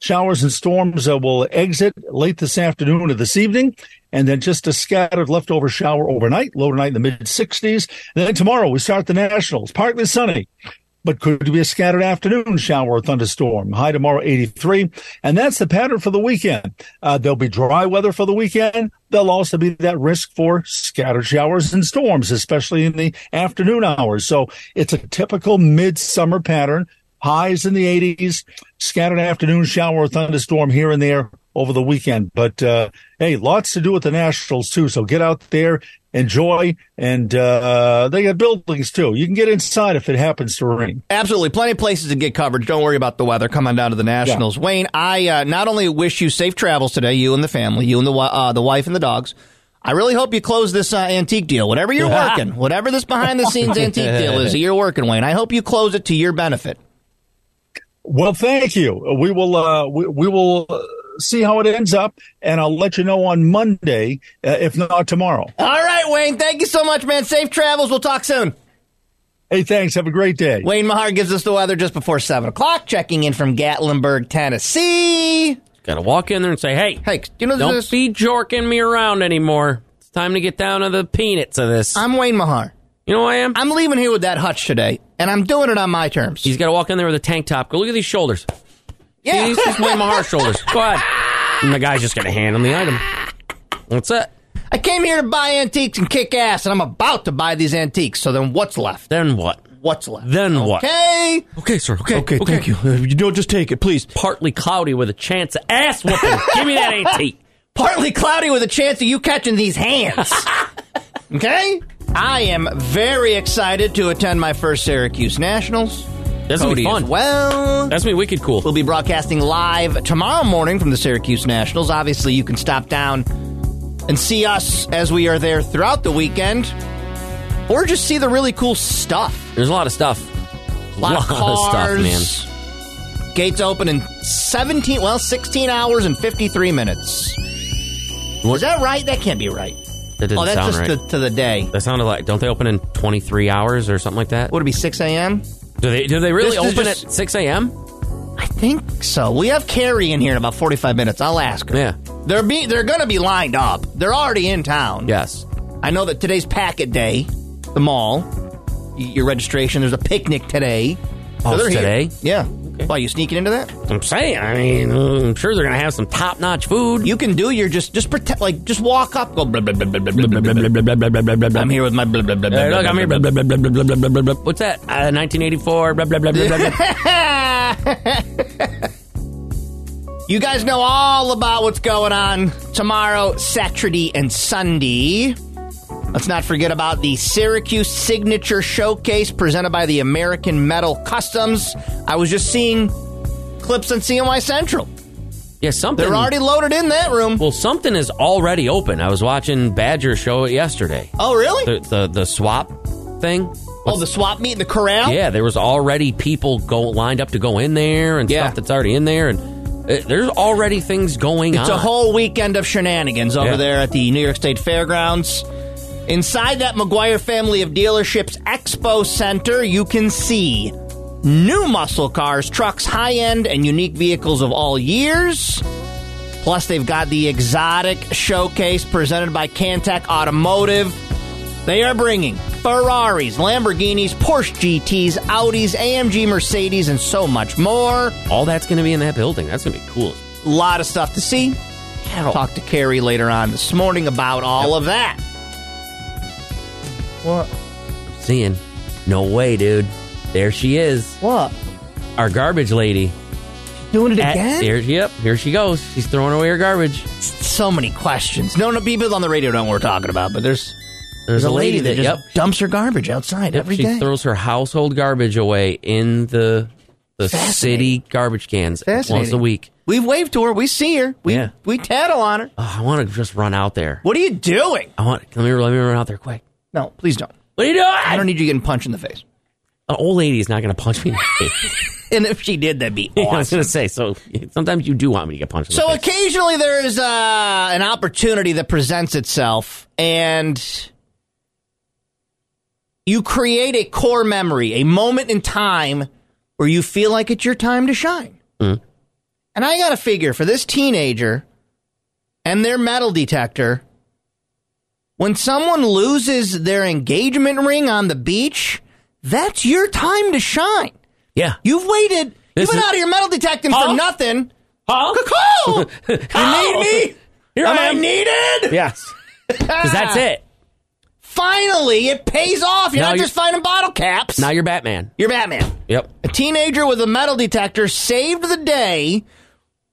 Speaker 1: Showers and storms uh, will exit late this afternoon or this evening, and then just a scattered leftover shower overnight, low tonight in the mid 60s. Then tomorrow we start the Nationals, partly sunny, but could be a scattered afternoon shower or thunderstorm. High tomorrow, 83. And that's the pattern for the weekend. Uh, there'll be dry weather for the weekend. There'll also be that risk for scattered showers and storms, especially in the afternoon hours. So it's a typical midsummer pattern highs in the 80s, scattered afternoon shower or thunderstorm here and there
Speaker 8: over the weekend. But uh, hey, lots to do with the Nationals too. So get out there, enjoy, and uh, they got buildings too. You can get inside if it happens to rain.
Speaker 6: Absolutely, plenty of places to get coverage. Don't worry about the weather. Come on down to the Nationals, Wayne. I uh, not only wish you safe travels today, you and the family, you and the wi- uh, the wife and the dogs. I really hope you close this uh, antique deal. Whatever you're working, whatever this behind the scenes antique deal is that you're working, Wayne. I hope you close it to your benefit.
Speaker 8: Well, thank you. We will uh, we, we will uh, see how it ends up, and I'll let you know on Monday, uh, if not tomorrow.
Speaker 6: All right, Wayne. Thank you so much, man. Safe travels. We'll talk soon.
Speaker 8: Hey, thanks. Have a great day.
Speaker 6: Wayne Mahar gives us the weather just before seven o'clock. Checking in from Gatlinburg, Tennessee.
Speaker 7: Got to walk in there and say, hey,
Speaker 6: Hey, do you know
Speaker 7: don't
Speaker 6: this?
Speaker 7: be jorking me around anymore. It's time to get down to the peanuts of this.
Speaker 6: I'm Wayne Mahar.
Speaker 7: you know who I am?
Speaker 6: I'm leaving here with that hutch today, and I'm doing it on my terms.
Speaker 7: He's got to walk in there with a tank top. Go look at these shoulders.
Speaker 6: yeah.
Speaker 7: These just Wayne Mahar shoulders. Go ahead. And the guy's just going to hand him the item. That's it.
Speaker 6: I came here to buy antiques and kick ass, and I'm about to buy these antiques. So then, what's left?
Speaker 7: Then what?
Speaker 6: What's left?
Speaker 7: Then what?
Speaker 6: Okay.
Speaker 7: Okay, sir. Okay.
Speaker 6: Okay, thank
Speaker 7: you. you don't just take it, please. Partly cloudy with a chance of ass whooping. Give me that antique.
Speaker 6: Partly cloudy with a chance of you catching these hands. okay. I am very excited to attend my first Syracuse Nationals.
Speaker 7: That's gonna be
Speaker 6: Cody as
Speaker 7: fun.
Speaker 6: well.
Speaker 7: That's me wicked cool.
Speaker 6: We'll be broadcasting live tomorrow morning from the Syracuse Nationals. Obviously, you can stop down and see us as we are there throughout the weekend, or just see the really cool stuff.
Speaker 7: There's a lot of stuff.
Speaker 6: A lot, of,
Speaker 7: stuff, man.
Speaker 6: cars. Gates open in 17, well, 16 hours and 53 minutes. Was that right? That can't be right.
Speaker 7: That didn't
Speaker 6: oh, that's
Speaker 7: sound
Speaker 6: just
Speaker 7: right.
Speaker 6: the, to the day.
Speaker 7: that sounded like don't they open in 23 hours or something like that?
Speaker 6: Would it be 6 a.m.?
Speaker 7: Do they do they really
Speaker 6: This is
Speaker 7: open
Speaker 6: just-
Speaker 7: at 6 a.m.?
Speaker 6: I think so. We have Carrie in here in about 45 minutes. I'll ask her.
Speaker 7: Yeah.
Speaker 6: They're, be, they're going to be lined up. They're already in town.
Speaker 7: Yes.
Speaker 6: I know that today's packet day, the mall, y- your registration. There's a picnic today.
Speaker 7: Oh, it's
Speaker 6: they're here.
Speaker 7: today?
Speaker 6: Yeah. Why you sneaking into that?
Speaker 7: I'm saying. I mean, uh, I'm sure they're gonna have some top notch food.
Speaker 6: You can do your just just pretend like just walk up. Go. Blah, blah, blah, blah, blah, blah, blah, blah, blah. I'm here with my. Blah, blah, blah, blah,
Speaker 7: Hey,
Speaker 6: blah,
Speaker 7: look, I'm
Speaker 6: blah,
Speaker 7: here.
Speaker 6: blah,
Speaker 7: Blah, blah, blah, blah, blah, blah, blah, blah. What's that? Uh, 1984. Blah, blah, blah, blah, blah, blah.
Speaker 6: blah. You guys know all about what's going on tomorrow, Saturday, and Sunday. Let's not forget about the Syracuse Signature Showcase presented by the American Metal Customs. I was just seeing clips on CNY Central.
Speaker 7: Yeah, something.
Speaker 6: They're already loaded in that room.
Speaker 7: Well, something is already open. I was watching Badger show it yesterday.
Speaker 6: Oh, really?
Speaker 7: The the, the swap thing.
Speaker 6: Oh, the swap meet in the corral?
Speaker 7: Yeah, there was already people go lined up to go in there and
Speaker 6: Yeah.
Speaker 7: stuff that's already in there, and uh, there's already things going
Speaker 6: It's
Speaker 7: on.
Speaker 6: a whole weekend of shenanigans over
Speaker 7: Yeah.
Speaker 6: there at the New York State Fairgrounds. Inside that McGuire Family of Dealerships Expo Center, you can see new muscle cars, trucks, high end, and unique vehicles of all years. Plus, they've got the exotic showcase presented by Cantech Automotive. They are bringing Ferraris, Lamborghinis, Porsche GTs, Audis, AMG Mercedes, and so much more.
Speaker 7: All that's going to be in that building. That's going to be cool.
Speaker 6: A lot of stuff to see. Talk to Carrie later on this morning about all of that. What?
Speaker 7: Seeing, no way, dude. There she is,
Speaker 6: What?
Speaker 7: our garbage lady.
Speaker 6: Doing it
Speaker 7: At-
Speaker 6: again?
Speaker 7: Here, yep, here she goes. She's throwing away her garbage.
Speaker 6: So many questions. No, no, people on the radio don't know what we're talking about, but there's there's, a lady, that
Speaker 7: yep,
Speaker 6: just dumps her garbage outside
Speaker 7: yep,
Speaker 6: every
Speaker 7: she
Speaker 6: day.
Speaker 7: throws her household garbage away in the the city
Speaker 6: Fascinating.
Speaker 7: garbage cans once
Speaker 6: Fascinating.
Speaker 7: a week.
Speaker 6: we wave to her. We see her. We
Speaker 7: Yeah.
Speaker 6: we tattle on her.
Speaker 7: Oh, I want to just run out there.
Speaker 6: What are you doing?
Speaker 7: I want let me let me run out there quick.
Speaker 6: No, please don't.
Speaker 7: What are you doing?
Speaker 6: I don't need you getting punched in the face.
Speaker 7: An old lady is not going to punch me. In the face.
Speaker 6: And if she did, that'd be
Speaker 7: I was
Speaker 6: awesome.
Speaker 7: going to say. So sometimes you do want me to get punched. In
Speaker 6: So
Speaker 7: the face.
Speaker 6: occasionally there is uh, an opportunity that presents itself, and you create a core memory, a moment in time where you feel like it's your time to shine.
Speaker 7: Mm-hmm.
Speaker 6: And I got to figure for this teenager and their metal detector, when someone loses their engagement ring on the beach, that's your time to shine.
Speaker 7: yeah,
Speaker 6: You've waited.
Speaker 7: This
Speaker 6: You've been
Speaker 7: is-
Speaker 6: out of your metal detecting
Speaker 7: Huh?
Speaker 6: for nothing.
Speaker 7: huh?
Speaker 6: Cool. you
Speaker 7: Oh.
Speaker 6: need me?
Speaker 7: Here
Speaker 6: Am
Speaker 7: I
Speaker 6: I
Speaker 7: am.
Speaker 6: needed?
Speaker 7: Yes, because that's it.
Speaker 6: Finally, it pays off. You're
Speaker 7: Now
Speaker 6: not
Speaker 7: you're-
Speaker 6: just finding bottle caps.
Speaker 7: Now you're Batman.
Speaker 6: you're Batman.
Speaker 7: Yep.
Speaker 6: A teenager with a metal detector saved the day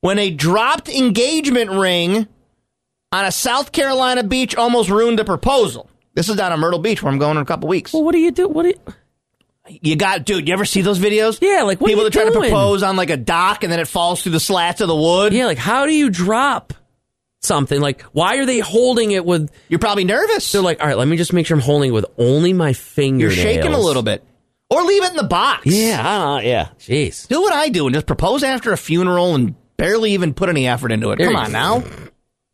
Speaker 6: when a dropped engagement ring on a South Carolina beach almost ruined a proposal. This is down at Myrtle Beach where I'm going in a couple weeks.
Speaker 7: Well, what do you do? What do you,
Speaker 6: You got, dude, you ever see those videos?
Speaker 7: Yeah, like, what are
Speaker 6: People
Speaker 7: you
Speaker 6: that try to
Speaker 7: doing?
Speaker 6: propose on like a dock and then it falls through the slats of the wood.
Speaker 7: yeah, like how do you drop something? Like why are they holding it with?
Speaker 6: You're probably nervous.
Speaker 7: They're like, all right, let me just make sure I'm holding it with only my
Speaker 6: You're
Speaker 7: fingernails.
Speaker 6: shaking a little bit. Or leave it in the box.
Speaker 7: Yeah, I don't know, yeah. Jeez.
Speaker 6: Do what I do and just propose after a funeral and barely even put any effort into it.
Speaker 7: There
Speaker 6: Come
Speaker 7: you
Speaker 6: on
Speaker 7: go.
Speaker 6: now.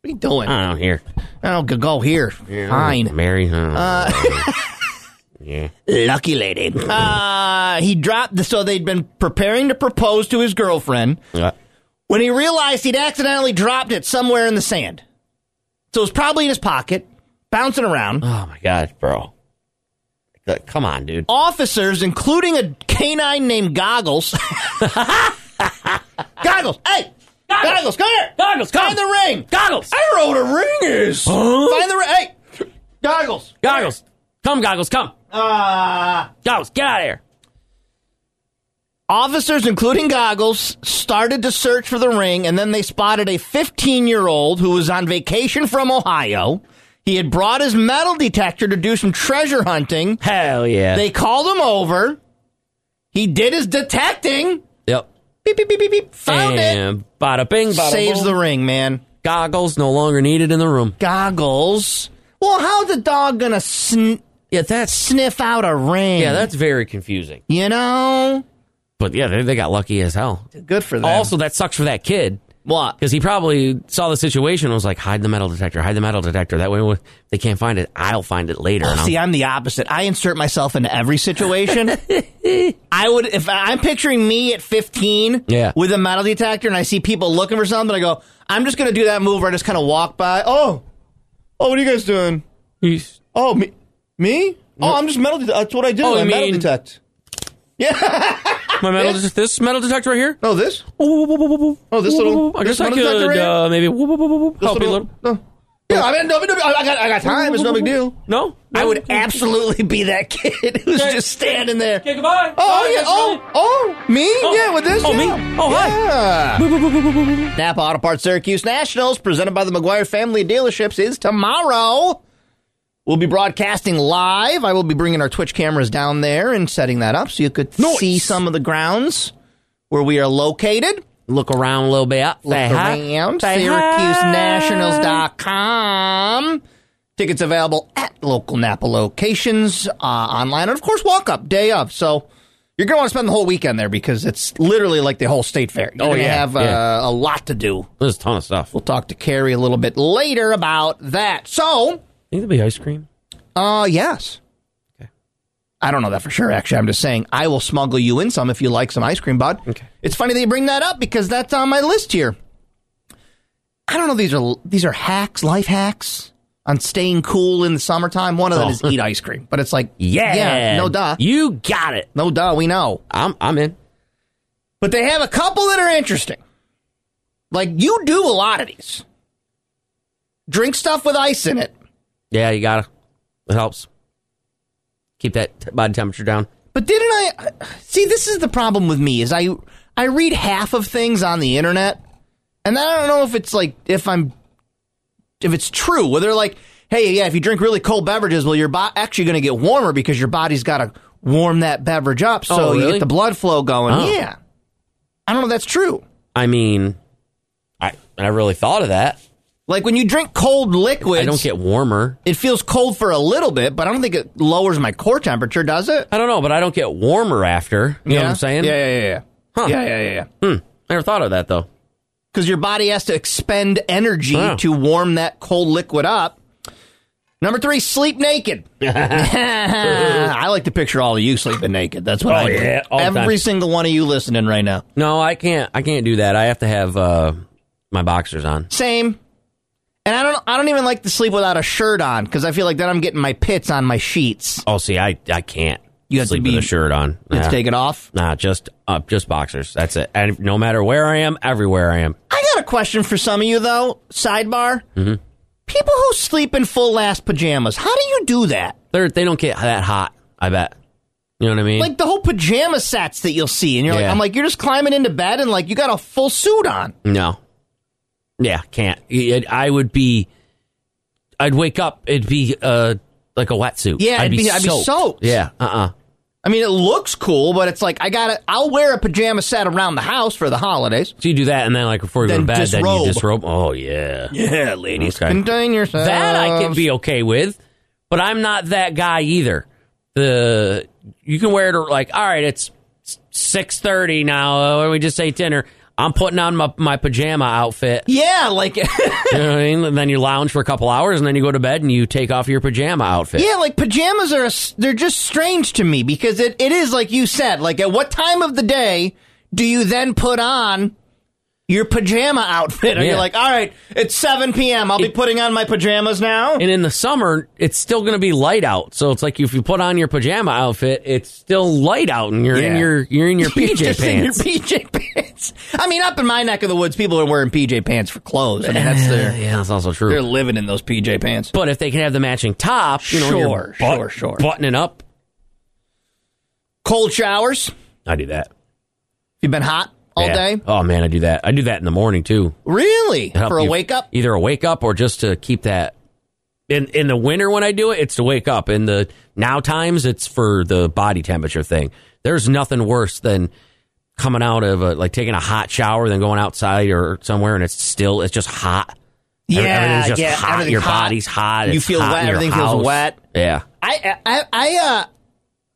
Speaker 6: What are you doing?
Speaker 7: I don't know, here.
Speaker 6: Oh, go- go here. Fine.
Speaker 7: Mary. I don't know.
Speaker 6: Lucky lady. Uh, he dropped, the, so they'd been preparing to propose to his girlfriend
Speaker 7: Yeah.
Speaker 6: when he realized he'd accidentally dropped it somewhere in the sand. So it was probably in his pocket, bouncing around.
Speaker 7: Oh my god, bro. Like, Come on, dude.
Speaker 6: Officers, including a canine named Goggles. Goggles, hey! Goggles, come here!
Speaker 7: Goggles,
Speaker 6: Find the ring!
Speaker 7: Goggles.
Speaker 6: I don't know what a ring is!
Speaker 7: Huh?
Speaker 6: Find the ring! Hey! Goggles!
Speaker 7: Goggles. Come, goggles. Come.
Speaker 6: Uh,
Speaker 7: Goggles. Get out of here.
Speaker 6: Officers, including Goggles, started to search for the ring, and then they spotted a 15 year old who was on vacation from Ohio. He had brought his metal detector to do some treasure hunting.
Speaker 7: Hell yeah.
Speaker 6: They called him over. He did his detecting.
Speaker 7: yep.
Speaker 6: Beep, beep, beep, beep, beep. Found it.
Speaker 7: and bada bing, bada
Speaker 6: Saves
Speaker 7: boom.
Speaker 6: the ring, man.
Speaker 7: goggles no longer needed in the room.
Speaker 6: Goggles. Well, how's the dog gonna sn-
Speaker 7: Yeah, that's
Speaker 6: sniff out a ring?
Speaker 7: yeah, that's very confusing.
Speaker 6: You know?
Speaker 7: But yeah, they, they got lucky as hell.
Speaker 6: Good for them.
Speaker 7: Also, that sucks for that kid
Speaker 6: what?
Speaker 7: because he probably saw the situation and was like, "Hide the metal detector, hide the metal detector." That way, if they can't find it, I'll find it later. and I'll-
Speaker 6: Oh, See, I'm the opposite. I insert myself into every situation. I would if I'm picturing me at 15
Speaker 7: Yeah.
Speaker 6: with a metal detector and I see people looking for something, I go, I'm just gonna do that move where I just kinda walk by. Oh, oh, what are you guys doing?
Speaker 7: He's-
Speaker 6: Oh, me, me? Oh, I'm just metal. Det- that's what I do.
Speaker 7: Oh, you
Speaker 6: I metal
Speaker 7: mean-
Speaker 6: detect.
Speaker 7: my metal, this metal detector right here.
Speaker 6: Oh, this?
Speaker 7: Oh,
Speaker 6: Oh, this little.
Speaker 7: I guess
Speaker 6: this
Speaker 7: I
Speaker 6: metal
Speaker 7: could
Speaker 6: detector right here?
Speaker 7: uh, maybe whoop, whoop, whoop, whoop,
Speaker 6: This
Speaker 7: help you a little.
Speaker 6: no. Yeah, I mean, no, no, I got, I got time. It's no big deal.
Speaker 7: No,
Speaker 6: I would absolutely be that kid who's just standing there.
Speaker 7: Okay, goodbye.
Speaker 6: Oh,
Speaker 7: Bye,
Speaker 6: yeah.
Speaker 7: guys.
Speaker 6: Oh, oh, me?
Speaker 7: Oh.
Speaker 6: Yeah, with this?
Speaker 7: Oh, me?
Speaker 6: yeah.
Speaker 7: Oh, hi.
Speaker 6: Yeah. Napa Auto Parts Syracuse Nationals, presented by the McGuire Family Dealerships, is tomorrow. We'll be broadcasting live. I will be bringing our Twitch cameras down there and setting that up so you could see some of the grounds where we are located.
Speaker 7: Look around a little bit.
Speaker 6: Look
Speaker 7: Say hi.
Speaker 6: around.
Speaker 7: Say hi.
Speaker 6: SyracuseNationals.com. Tickets available at local Napa locations, uh, online, and of course, walk up day of. So you're going to want to spend the whole weekend there because it's literally like the whole state fair. You're
Speaker 7: Oh,
Speaker 6: going to
Speaker 7: yeah,
Speaker 6: have
Speaker 7: yeah.
Speaker 6: Uh, a lot to do.
Speaker 7: There's a ton of stuff.
Speaker 6: We'll talk to Carrie a little bit later about that. So,
Speaker 7: Need to be ice cream.
Speaker 6: uh, yes.
Speaker 7: Okay.
Speaker 6: I don't know that for sure, actually. I'm just saying I will smuggle you in some if you like some ice cream, bud.
Speaker 7: Okay.
Speaker 6: It's funny that you bring that up because that's on my list here. I don't know these are these are hacks, life hacks on staying cool in the summertime. One of them
Speaker 7: Oh.
Speaker 6: is eat ice cream, but it's like
Speaker 7: Yeah.
Speaker 6: no duh,
Speaker 7: You got it.
Speaker 6: no duh, we know.
Speaker 7: I'm I'm in.
Speaker 6: But they have a couple that are interesting. Like you do a lot of these. Drink stuff with ice in it.
Speaker 7: Yeah, you gotta. It helps. Keep that t- body temperature down.
Speaker 6: But didn't I see? This is the problem with me is I I read half of things on the internet, and then I don't know if it's like if I'm if it's true. Whether they're like, hey, yeah, if you drink really cold beverages, well, you're bo- actually going to get warmer because your body's got to warm that beverage up, so
Speaker 7: Oh,
Speaker 6: you
Speaker 7: really?
Speaker 6: get the blood flow going.
Speaker 7: Oh.
Speaker 6: Yeah, I don't know. if That's true.
Speaker 7: I mean, I I really thought of that.
Speaker 6: Like when you drink cold liquids,
Speaker 7: I don't get warmer.
Speaker 6: it feels cold for a little bit, but I don't think it lowers my core temperature, does it?
Speaker 7: I don't know, but I don't get warmer after. You know what I'm saying?
Speaker 6: Yeah, yeah, yeah, yeah.
Speaker 7: Huh.
Speaker 6: Yeah, yeah, yeah, yeah.
Speaker 7: Never thought of that though.
Speaker 6: because your body has to expend energy
Speaker 7: Oh.
Speaker 6: to warm that cold liquid up. Number three, sleep naked. I like to picture all of you sleeping naked. That's what
Speaker 7: Oh,
Speaker 6: I do.
Speaker 7: yeah, all the
Speaker 6: Every
Speaker 7: time.
Speaker 6: single one of you listening right now.
Speaker 7: No, I can't. I can't do that. I have to have uh, my boxers on.
Speaker 6: Same. And I don't. I don't even like to sleep without a shirt on because I feel like then I'm getting my pits on my sheets.
Speaker 7: Oh, see, I I can't.
Speaker 6: You have to
Speaker 7: sleep
Speaker 6: be-
Speaker 7: with a shirt on.
Speaker 6: You have
Speaker 7: Nah.
Speaker 6: to take it off.
Speaker 7: Nah, just uh, just boxers. That's it. And no matter where I am, everywhere I am.
Speaker 6: I got a question for some of you though. Sidebar. Mm-hmm. People who sleep in full last pajamas. How do you do that?
Speaker 7: They're they don't get that hot. I bet. You know what I mean?
Speaker 6: like the whole pajama sets that you'll see, and you're like,
Speaker 7: Yeah.
Speaker 6: I'm like, you're just climbing into bed and like you got a full suit on.
Speaker 7: no, Yeah, can't. It- I would be. I'd wake up. It'd be uh like a wetsuit.
Speaker 6: Yeah, it'd be- I'd be soaked.
Speaker 7: Yeah. Uh. uh
Speaker 6: I mean, it looks cool, but it's like I gotta. I'll wear a pajama set around the house for the holidays.
Speaker 7: So you do that, and then like before you go
Speaker 6: Then
Speaker 7: to bed, then
Speaker 6: disrobe.
Speaker 7: you disrobe. Oh yeah.
Speaker 6: Yeah, ladies,
Speaker 7: Okay.
Speaker 6: contain yourselves.
Speaker 7: That I
Speaker 6: Uh,
Speaker 7: can be okay with, but I'm not that guy either. The you can wear it or, like all right, it's six thirty now. What did we just say dinner? I'm putting on my, my pajama outfit.
Speaker 6: Yeah, like
Speaker 7: You know what I mean? And then you lounge for a couple hours, and then you go to bed and you take off your pajama outfit.
Speaker 6: Yeah, like pajamas are a s they're just strange to me because it, it is like you said, like at what time of the day do you then put on your pajama outfit? Are you
Speaker 7: Yeah.
Speaker 6: like, all right, it's seven p.m. I'll be putting on my pajamas now?
Speaker 7: And in the summer, it's still going to be light out. So it's like if you put on your pajama outfit, it's still light out, and you're in
Speaker 6: Yeah.
Speaker 7: your you're in your PJ
Speaker 6: Just
Speaker 7: pants.
Speaker 6: in your PJ pants. I mean, up in my neck of the woods, people are wearing PJ pants for clothes. I mean, that's their
Speaker 7: yeah, that's also true.
Speaker 6: they're living in those PJ pants.
Speaker 7: But if they can have the matching top, you know,
Speaker 6: Sure,
Speaker 7: you're butt-
Speaker 6: sure, sure.
Speaker 7: buttoning up.
Speaker 6: Cold showers.
Speaker 7: I do that
Speaker 6: You've been hot all
Speaker 7: Yeah.
Speaker 6: day.
Speaker 7: Oh man, I do that. I do that in the morning too.
Speaker 6: Really?
Speaker 7: Help
Speaker 6: For a
Speaker 7: you-
Speaker 6: wake up?
Speaker 7: either a wake up or just to keep that. In in the winter when I do it, it's to wake up. In the now times, it's for the body temperature thing. There's nothing worse than coming out of a, like taking a hot shower, then going outside or somewhere, and it's still it's just hot. Every- everything's just hot.
Speaker 6: everything's
Speaker 7: Your body's hot.
Speaker 6: You
Speaker 7: It's
Speaker 6: feel
Speaker 7: hot in
Speaker 6: wet.
Speaker 7: your
Speaker 6: Everything
Speaker 7: house.
Speaker 6: feels wet.
Speaker 7: Yeah,
Speaker 6: I, I, I, uh,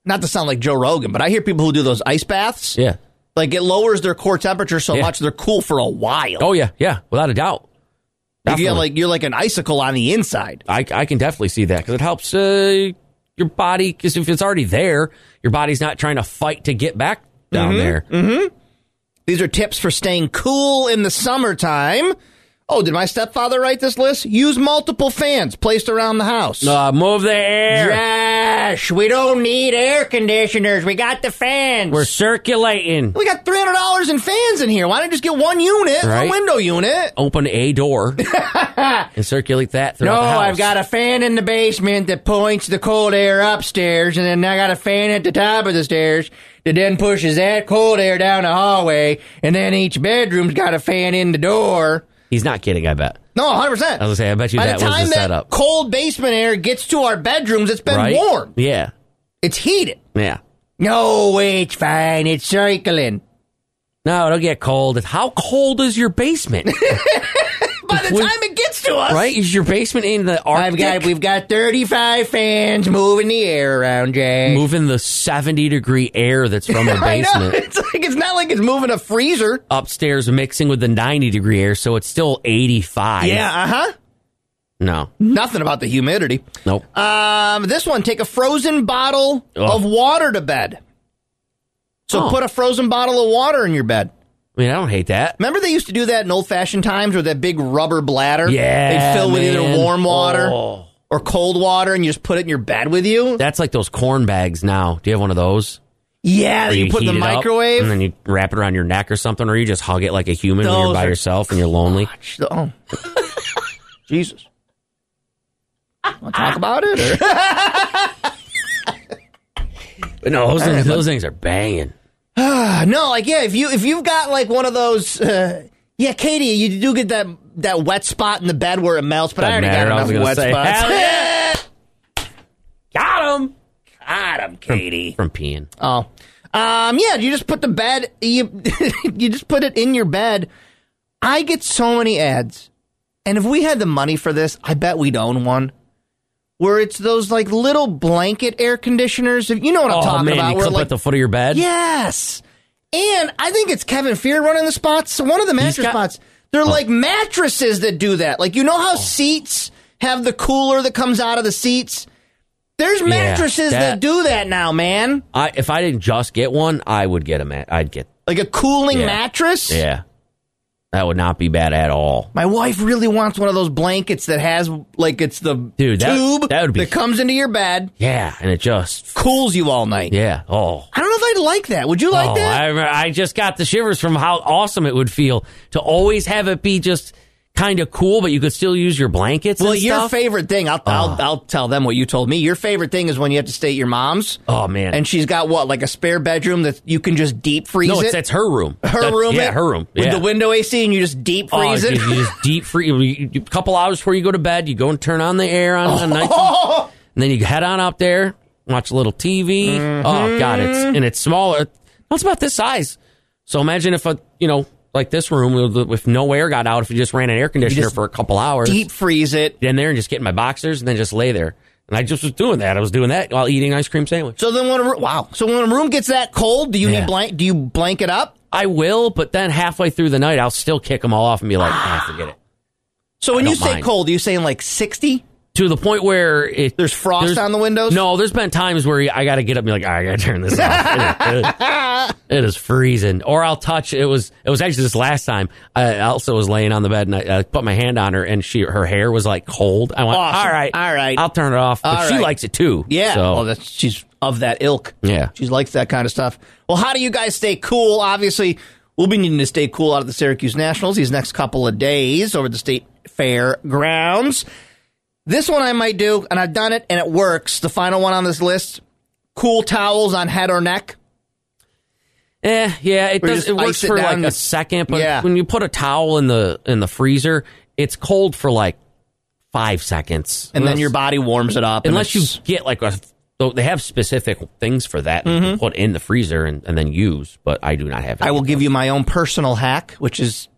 Speaker 6: not to sound like Joe Rogan, but I hear people who do those ice baths.
Speaker 7: yeah.
Speaker 6: Like it lowers their core temperature so
Speaker 7: Yeah.
Speaker 6: much they're cool for a while.
Speaker 7: Oh yeah, yeah. Without a doubt.
Speaker 6: you get
Speaker 7: Definitely.
Speaker 6: like you're like an icicle on the inside.
Speaker 7: I, I can definitely see that because it helps uh, your body. Because if it's already there, your body's not trying to fight to get back down
Speaker 6: Mm-hmm.
Speaker 7: there.
Speaker 6: These are tips for staying cool in the summertime. Oh, did my stepfather write this list? Use multiple fans placed around the house.
Speaker 7: Uh, move the air.
Speaker 6: Trash. We don't need air conditioners. We got the fans.
Speaker 7: We're circulating.
Speaker 6: we got three hundred dollars in fans in here. Why don't you just get one unit,
Speaker 7: Right.
Speaker 6: a window unit?
Speaker 7: Open a door and circulate that throughout
Speaker 6: No,
Speaker 7: the house.
Speaker 6: I've got a fan in the basement that points the cold air upstairs, and then I got a fan at the top of the stairs that then pushes that cold air down the hallway, and then each bedroom's got a fan in the door.
Speaker 7: He's not kidding. I bet.
Speaker 6: No, 100%. I was
Speaker 7: gonna say, I bet you
Speaker 6: By
Speaker 7: that was
Speaker 6: the
Speaker 7: the
Speaker 6: time that
Speaker 7: setup.
Speaker 6: cold basement air gets to our bedrooms, it's been
Speaker 7: right?
Speaker 6: warm.
Speaker 7: Yeah.
Speaker 6: It's heated.
Speaker 7: Yeah.
Speaker 6: No, it's fine. It's circling.
Speaker 7: No, it'll get cold. How cold is your basement?
Speaker 6: By the
Speaker 7: When-
Speaker 6: time it gets to us,
Speaker 7: right? Is your basement in the
Speaker 6: I've
Speaker 7: Arctic?
Speaker 6: got we've got 35 fans moving the air around, Jay.
Speaker 7: moving the seventy degree air that's from the
Speaker 6: I know.
Speaker 7: basement.
Speaker 6: It's like it's not like it's moving a freezer.
Speaker 7: upstairs mixing with the 90 degree air, so it's still 85.
Speaker 6: uh huh.
Speaker 7: No.
Speaker 6: Nothing about the humidity.
Speaker 7: Nope.
Speaker 6: Um, this one, take a frozen bottle
Speaker 7: Ugh.
Speaker 6: of water to bed. So
Speaker 7: Oh.
Speaker 6: put a frozen bottle of water in your bed.
Speaker 7: I mean, I don't hate that.
Speaker 6: Remember they used to do that in old fashioned times with that big rubber bladder?
Speaker 7: Yeah.
Speaker 6: They'd fill with
Speaker 7: man.
Speaker 6: either warm water
Speaker 7: Oh.
Speaker 6: or cold water and you just put it in your bed with you.
Speaker 7: That's like those corn bags now. Do you have one of those?
Speaker 6: yeah,
Speaker 7: Where
Speaker 6: you, put
Speaker 7: heat
Speaker 6: in the
Speaker 7: it up,
Speaker 6: microwave.
Speaker 7: and then you wrap it around your neck or something, or you just hug it like a human when you're
Speaker 6: Those
Speaker 7: by
Speaker 6: are-
Speaker 7: yourself and you're lonely.
Speaker 6: Oh. Jesus. Want to talk about it? or-
Speaker 7: No, those, things, those things are banging.
Speaker 6: no, like yeah, if you if you've got like one of those, uh, yeah, Katie, you do get that that wet spot in the bed where it melts, but I
Speaker 7: Doesn't
Speaker 6: already
Speaker 7: matter, I
Speaker 6: got
Speaker 7: was
Speaker 6: enough
Speaker 7: gonna
Speaker 6: wet
Speaker 7: say,
Speaker 6: spots.
Speaker 7: hell Got him
Speaker 6: Got him, Katie.
Speaker 7: from peeing.
Speaker 6: Oh, um, yeah, you just put the bed, you you just put it in your bed. I get so many ads, and if we had the money for this, I bet we'd own one. Where it's those like little blanket air conditioners. If you know what I'm
Speaker 7: oh
Speaker 6: talking
Speaker 7: man,
Speaker 6: about,
Speaker 7: you
Speaker 6: where,
Speaker 7: clip it
Speaker 6: like,
Speaker 7: at the foot of your bed.
Speaker 6: Yes. And I think it's Kevin Fear running the spots. One of the mattress
Speaker 7: got- Oh.
Speaker 6: spots. They're like mattresses that do that. Like you know how seats have the cooler that comes out of the seats? There's mattresses that,
Speaker 7: that-
Speaker 6: do that now, man.
Speaker 7: I, if I didn't just get one, I would get a mat. I'd get
Speaker 6: Like a cooling
Speaker 7: Yeah.
Speaker 6: mattress.
Speaker 7: yeah. That would not be bad at all.
Speaker 6: My wife really wants one of those blankets that has like it's the
Speaker 7: Dude, that-
Speaker 6: tube
Speaker 7: that would be-
Speaker 6: that comes into your bed,
Speaker 7: Yeah, and it just
Speaker 6: cools you all night.
Speaker 7: Yeah. Oh.
Speaker 6: I don't know if I'd like that. Would you like
Speaker 7: oh,
Speaker 6: that?
Speaker 7: I, remember- I just got the shivers from how awesome it would feel to always have it be just kind of cool, but you could still use your blankets.
Speaker 6: Well,
Speaker 7: and
Speaker 6: your
Speaker 7: stuff. Oh.
Speaker 6: favorite thing, I'll, I'll, I'll tell them what you told me. Your favorite thing is when you have to stay at your mom's.
Speaker 7: Oh, man.
Speaker 6: And she's got what, like a spare bedroom that you can just deep freeze
Speaker 7: no,
Speaker 6: it?
Speaker 7: it's, that's her room.
Speaker 6: Her
Speaker 7: That's-
Speaker 6: room?
Speaker 7: Yeah,
Speaker 6: it?
Speaker 7: her room.
Speaker 6: With
Speaker 7: yeah.
Speaker 6: the window AC and you just deep freeze
Speaker 7: oh,
Speaker 6: it?
Speaker 7: You you just deep freeze. you- you- you- A couple hours before you go to bed, you go and turn on the air on a night,
Speaker 6: Oh.
Speaker 7: and then you head on up there, watch a little TV.
Speaker 6: Mm-hmm.
Speaker 7: Oh God, it's and it's smaller. Well, it's about this size. So imagine if a you know like this room with, with no air got out. If you just ran an air conditioner
Speaker 6: just
Speaker 7: for a couple hours,
Speaker 6: deep freeze it.
Speaker 7: get in there and just get in my boxers and then just lay there. And I just was doing that. I was doing that while eating ice cream sandwich.
Speaker 6: So then when a, roo- wow. So when a room gets that cold, do you
Speaker 7: Yeah.
Speaker 6: need blank, do you blanket up?
Speaker 7: I will, but then halfway through the night, I'll still kick them all off and be like, ah, forget it.
Speaker 6: So when
Speaker 7: I
Speaker 6: you
Speaker 7: don't
Speaker 6: say
Speaker 7: mind.
Speaker 6: cold, are you saying like 60?
Speaker 7: to the point where it
Speaker 6: There's frost on the windows?
Speaker 7: No, there's been times where I got to get up and be like, "All right, I got to turn this off. It is- it, is, it is freezing. Or I'll touch. It was it was actually this last time. I Elsa was laying on the bed and I, I put my hand on her and she her hair was like cold. I went,
Speaker 6: Awesome.
Speaker 7: all right,
Speaker 6: All right.
Speaker 7: I'll turn it off. But
Speaker 6: All
Speaker 7: she
Speaker 6: right.
Speaker 7: likes it too.
Speaker 6: Yeah.
Speaker 7: So
Speaker 6: well, that's, she's of that ilk.
Speaker 7: Yeah.
Speaker 6: She likes that kind of stuff. Well, how do you guys stay cool? Obviously, we'll be needing to stay cool out of the Syracuse Nationals these next couple of days over at the state fair grounds. This one I might do, and I've done it, and it works. The final one on this list cool towels on head or neck.
Speaker 7: Eh, yeah, it
Speaker 6: Or you
Speaker 7: does.
Speaker 6: just
Speaker 7: It works
Speaker 6: ice it
Speaker 7: for
Speaker 6: down
Speaker 7: like
Speaker 6: and
Speaker 7: a
Speaker 6: it's-
Speaker 7: second, but
Speaker 6: Yeah.
Speaker 7: when you put a towel in the in the freezer, it's cold for like five seconds,
Speaker 6: And then
Speaker 7: Unless-
Speaker 6: your body warms it up. and
Speaker 7: unless you
Speaker 6: it's-
Speaker 7: get like a so they have specific things for that that you can put in the freezer and, and then use but i do not have
Speaker 6: Mm-hmm. I
Speaker 7: any.
Speaker 6: will give you my own personal hack, which is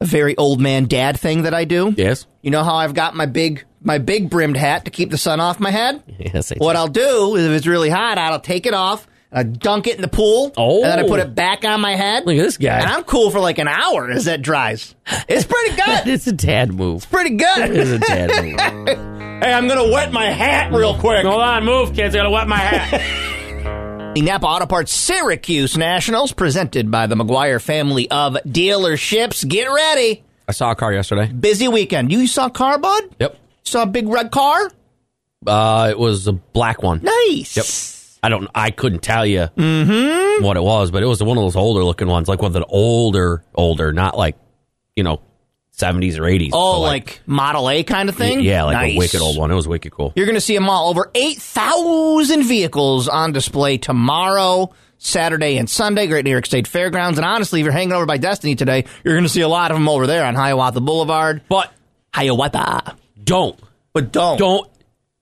Speaker 6: a very old man dad thing that I do.
Speaker 7: yes
Speaker 6: You know how I've got my big my big brimmed hat to keep the sun off my head?
Speaker 7: yes I
Speaker 6: What I'll do is if it's really hot, I'll take it off and I dunk it in the pool.
Speaker 7: Oh.
Speaker 6: And then I put it back on my head.
Speaker 7: Look at this guy.
Speaker 6: And I'm cool for like an hour as that dries. It's pretty good.
Speaker 7: it's a tad move
Speaker 6: pretty good.
Speaker 7: it's a tad move
Speaker 6: hey, I'm going to wet my hat real quick.
Speaker 7: hold on move kids i gotta wet my hat
Speaker 6: The Napa Auto Parts Syracuse Nationals presented by the McGuire family of dealerships. Get ready.
Speaker 7: i saw a car yesterday
Speaker 6: Busy weekend. You saw a car, bud?
Speaker 7: yep
Speaker 6: Saw a big red car?
Speaker 7: uh it was a black one
Speaker 6: Nice.
Speaker 7: yep i don't i couldn't tell you what it was but it was one of those older looking ones like with an older older not like you know 70s or 80s
Speaker 6: Oh,
Speaker 7: but
Speaker 6: like, Model A kind of thing?
Speaker 7: yeah like
Speaker 6: Nice.
Speaker 7: a wicked old one it was wicked cool
Speaker 6: You're going to see them all. Over 8,000 vehicles on display tomorrow, Saturday, and Sunday. Great New York State Fairgrounds. And honestly, if you're hanging over by Destiny today, you're going to see a lot of them over there on Hiawatha Boulevard.
Speaker 7: but
Speaker 6: Hiawatha.
Speaker 7: don't
Speaker 6: But don't.
Speaker 7: Don't.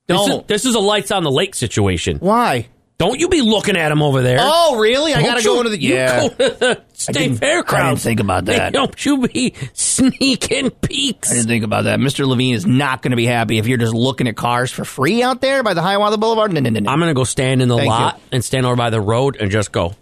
Speaker 7: This is-
Speaker 6: Don't.
Speaker 7: This is, a lights on the lake situation.
Speaker 6: Why?
Speaker 7: Don't you be looking at him over there.
Speaker 6: Oh, really? I
Speaker 7: Don't
Speaker 6: got to
Speaker 7: you-
Speaker 6: go into the.
Speaker 7: you
Speaker 6: Yeah.
Speaker 7: go to the state
Speaker 6: didn't- I
Speaker 7: fair
Speaker 6: didn't
Speaker 7: crowd.
Speaker 6: think about that.
Speaker 7: Don't you be sneaking
Speaker 6: I
Speaker 7: peeks.
Speaker 6: didn't think about that. Mr. Levine is not going to be happy if you're just looking at cars for free out there by the Hiawatha Boulevard. No, no, no, no.
Speaker 7: I'm gonna go stand in the
Speaker 6: Thank you.
Speaker 7: lot and stand over by the road and just go.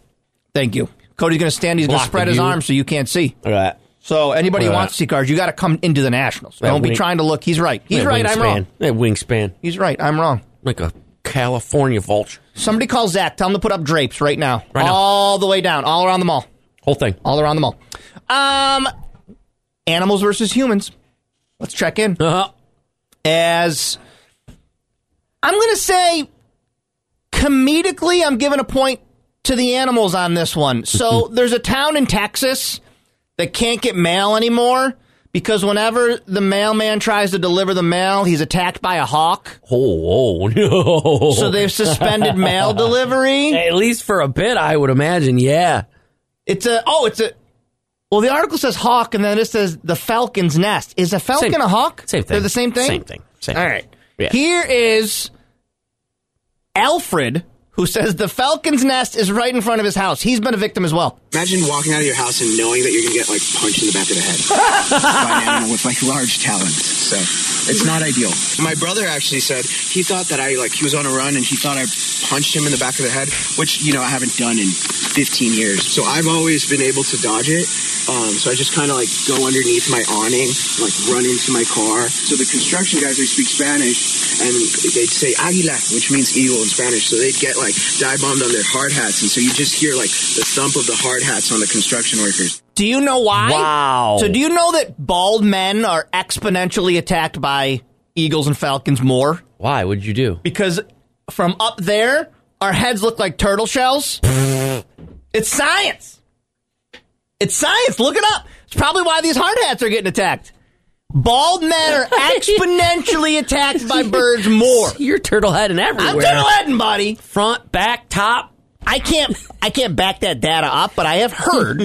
Speaker 6: Thank you. Cody's going to stand. He's going to
Speaker 7: Block the
Speaker 6: spread his
Speaker 7: view.
Speaker 6: arms so you can't see.
Speaker 7: Look at that.
Speaker 6: So anybody who
Speaker 7: Look at
Speaker 6: wants
Speaker 7: that.
Speaker 6: to see cars, you got to come into the Nationals.
Speaker 7: That
Speaker 6: Don't be
Speaker 7: wing-
Speaker 6: trying to look. He's right. He's
Speaker 7: That
Speaker 6: right.
Speaker 7: Wingspan.
Speaker 6: I'm wrong.
Speaker 7: That wingspan,
Speaker 6: He's right. I'm wrong.
Speaker 7: like a California vulture.
Speaker 6: Somebody call Zach. Tell him to put up drapes right now.
Speaker 7: Right now.
Speaker 6: All the way down. All around the mall.
Speaker 7: Whole thing.
Speaker 6: All around the mall. Um, animals versus humans. Let's check in.
Speaker 7: Uh-huh.
Speaker 6: As I'm going to say, comedically, I'm giving a point to the animals on this one. So there's a town in Texas that can't get mail anymore because whenever the mailman tries to deliver the mail, he's attacked by a hawk.
Speaker 7: Oh, oh no.
Speaker 6: So they've suspended mail delivery.
Speaker 7: at least for a bit, I would imagine. Yeah.
Speaker 6: It's a oh, it's a. Well, the article says hawk, and then it says the falcon's nest. Is a falcon
Speaker 7: Same-
Speaker 6: a hawk?
Speaker 7: same thing.
Speaker 6: They're the same thing.
Speaker 7: Same thing. Same
Speaker 6: All
Speaker 7: thing.
Speaker 6: right.
Speaker 7: Yeah.
Speaker 6: Here is Alfred, who says the falcon's nest is right in front of his house. He's been a victim as well.
Speaker 9: Imagine walking out of your house and knowing that you're gonna get like punched in the back of the head by an animal with like large talons. So it's not ideal. My brother actually said he thought that I like he was on a run and he thought I punched him in the back of the head, which you know I haven't done in 15 years. So I've always been able to dodge it. Um, so I just kind of like go underneath my awning, like run into my car. So the construction guys they speak Spanish and they'd say águila, which means eagle in Spanish. So they'd get like dive bombed on their hard hats, and so you just hear like the thump of the hard hats on the construction workers.
Speaker 6: Do you know why?
Speaker 7: Wow.
Speaker 6: So do you know that bald men are exponentially attacked by eagles and falcons more?
Speaker 7: Why? What'd you do?
Speaker 6: Because from up there, our heads look like turtle shells. it's science. It's science. Look it up. It's probably why these hard hats are getting attacked. Bald men are exponentially attacked by birds more.
Speaker 7: You're turtle heading everywhere.
Speaker 6: I'm General Eddin, buddy.
Speaker 7: Front, back, top.
Speaker 6: I can't I can't back that data up, but I have heard.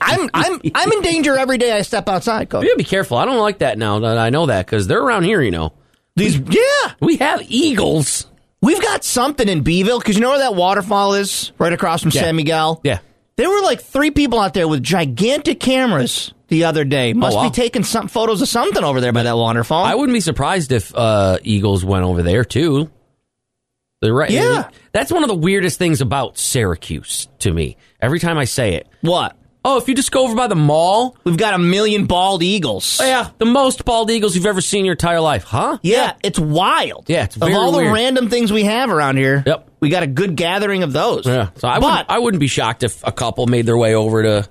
Speaker 6: I'm I'm I'm in danger every day I step outside, Coach.
Speaker 7: You gotta be careful. I don't like that now that I know that because they're around here. You know,
Speaker 6: These yeah.
Speaker 7: we have eagles.
Speaker 6: We've got something in Beeville because you know where that waterfall is, right across from San Miguel.
Speaker 7: Yeah.
Speaker 6: there were like three people out there with gigantic cameras the other day. Must
Speaker 7: Oh, wow.
Speaker 6: be taking some photos of something over there by that waterfall.
Speaker 7: I wouldn't be surprised if uh, eagles went over there too. They're right.
Speaker 6: Yeah.
Speaker 7: that's one of the weirdest things about Syracuse to me. Every time I say it,
Speaker 6: what?
Speaker 7: oh, if you just go over by the mall,
Speaker 6: We've got a million bald eagles.
Speaker 7: Oh, yeah, the most bald eagles you've ever seen in your entire life, huh?
Speaker 6: Yeah, it's wild.
Speaker 7: Yeah, it's
Speaker 6: of
Speaker 7: very
Speaker 6: all the
Speaker 7: weird.
Speaker 6: random things we have around here.
Speaker 7: Yep.
Speaker 6: we got a good gathering of those.
Speaker 7: Yeah. So I wouldn't,
Speaker 6: but
Speaker 7: I wouldn't be shocked if a couple made their way over to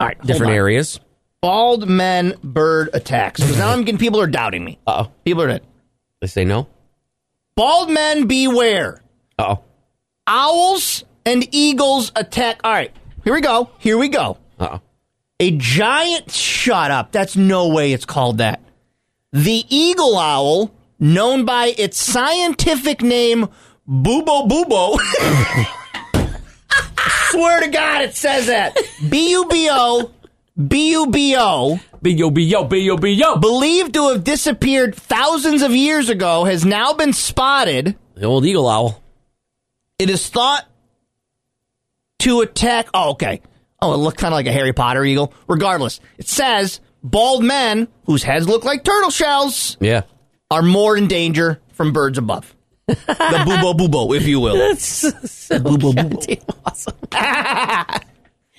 Speaker 6: all right, hold
Speaker 7: different
Speaker 6: on.
Speaker 7: areas.
Speaker 6: Bald men bird attacks. Because now I'm getting people are doubting me.
Speaker 7: Uh oh.
Speaker 6: People are
Speaker 7: They say no.
Speaker 6: bald men beware.
Speaker 7: Uh oh.
Speaker 6: Owls and eagles attack. All right, here we go. Here we go.
Speaker 7: Uh oh.
Speaker 6: A giant shut up. That's no way it's called that. The eagle owl, known by its scientific name Bubo Bubo. Swear to God, it says that. B U B O B U B O,
Speaker 7: B yo B yo B yo B yo.
Speaker 6: believed to have disappeared thousands of years ago, has now been spotted.
Speaker 7: The old eagle owl.
Speaker 6: It is thought to attack. Oh, okay. Oh, it looked kind of like a Harry Potter eagle. Regardless, it says bald men whose heads look like turtle shells
Speaker 7: Yeah.
Speaker 6: are more in danger from birds above. the boobo boobo, if you will.
Speaker 7: so goddamn awesome.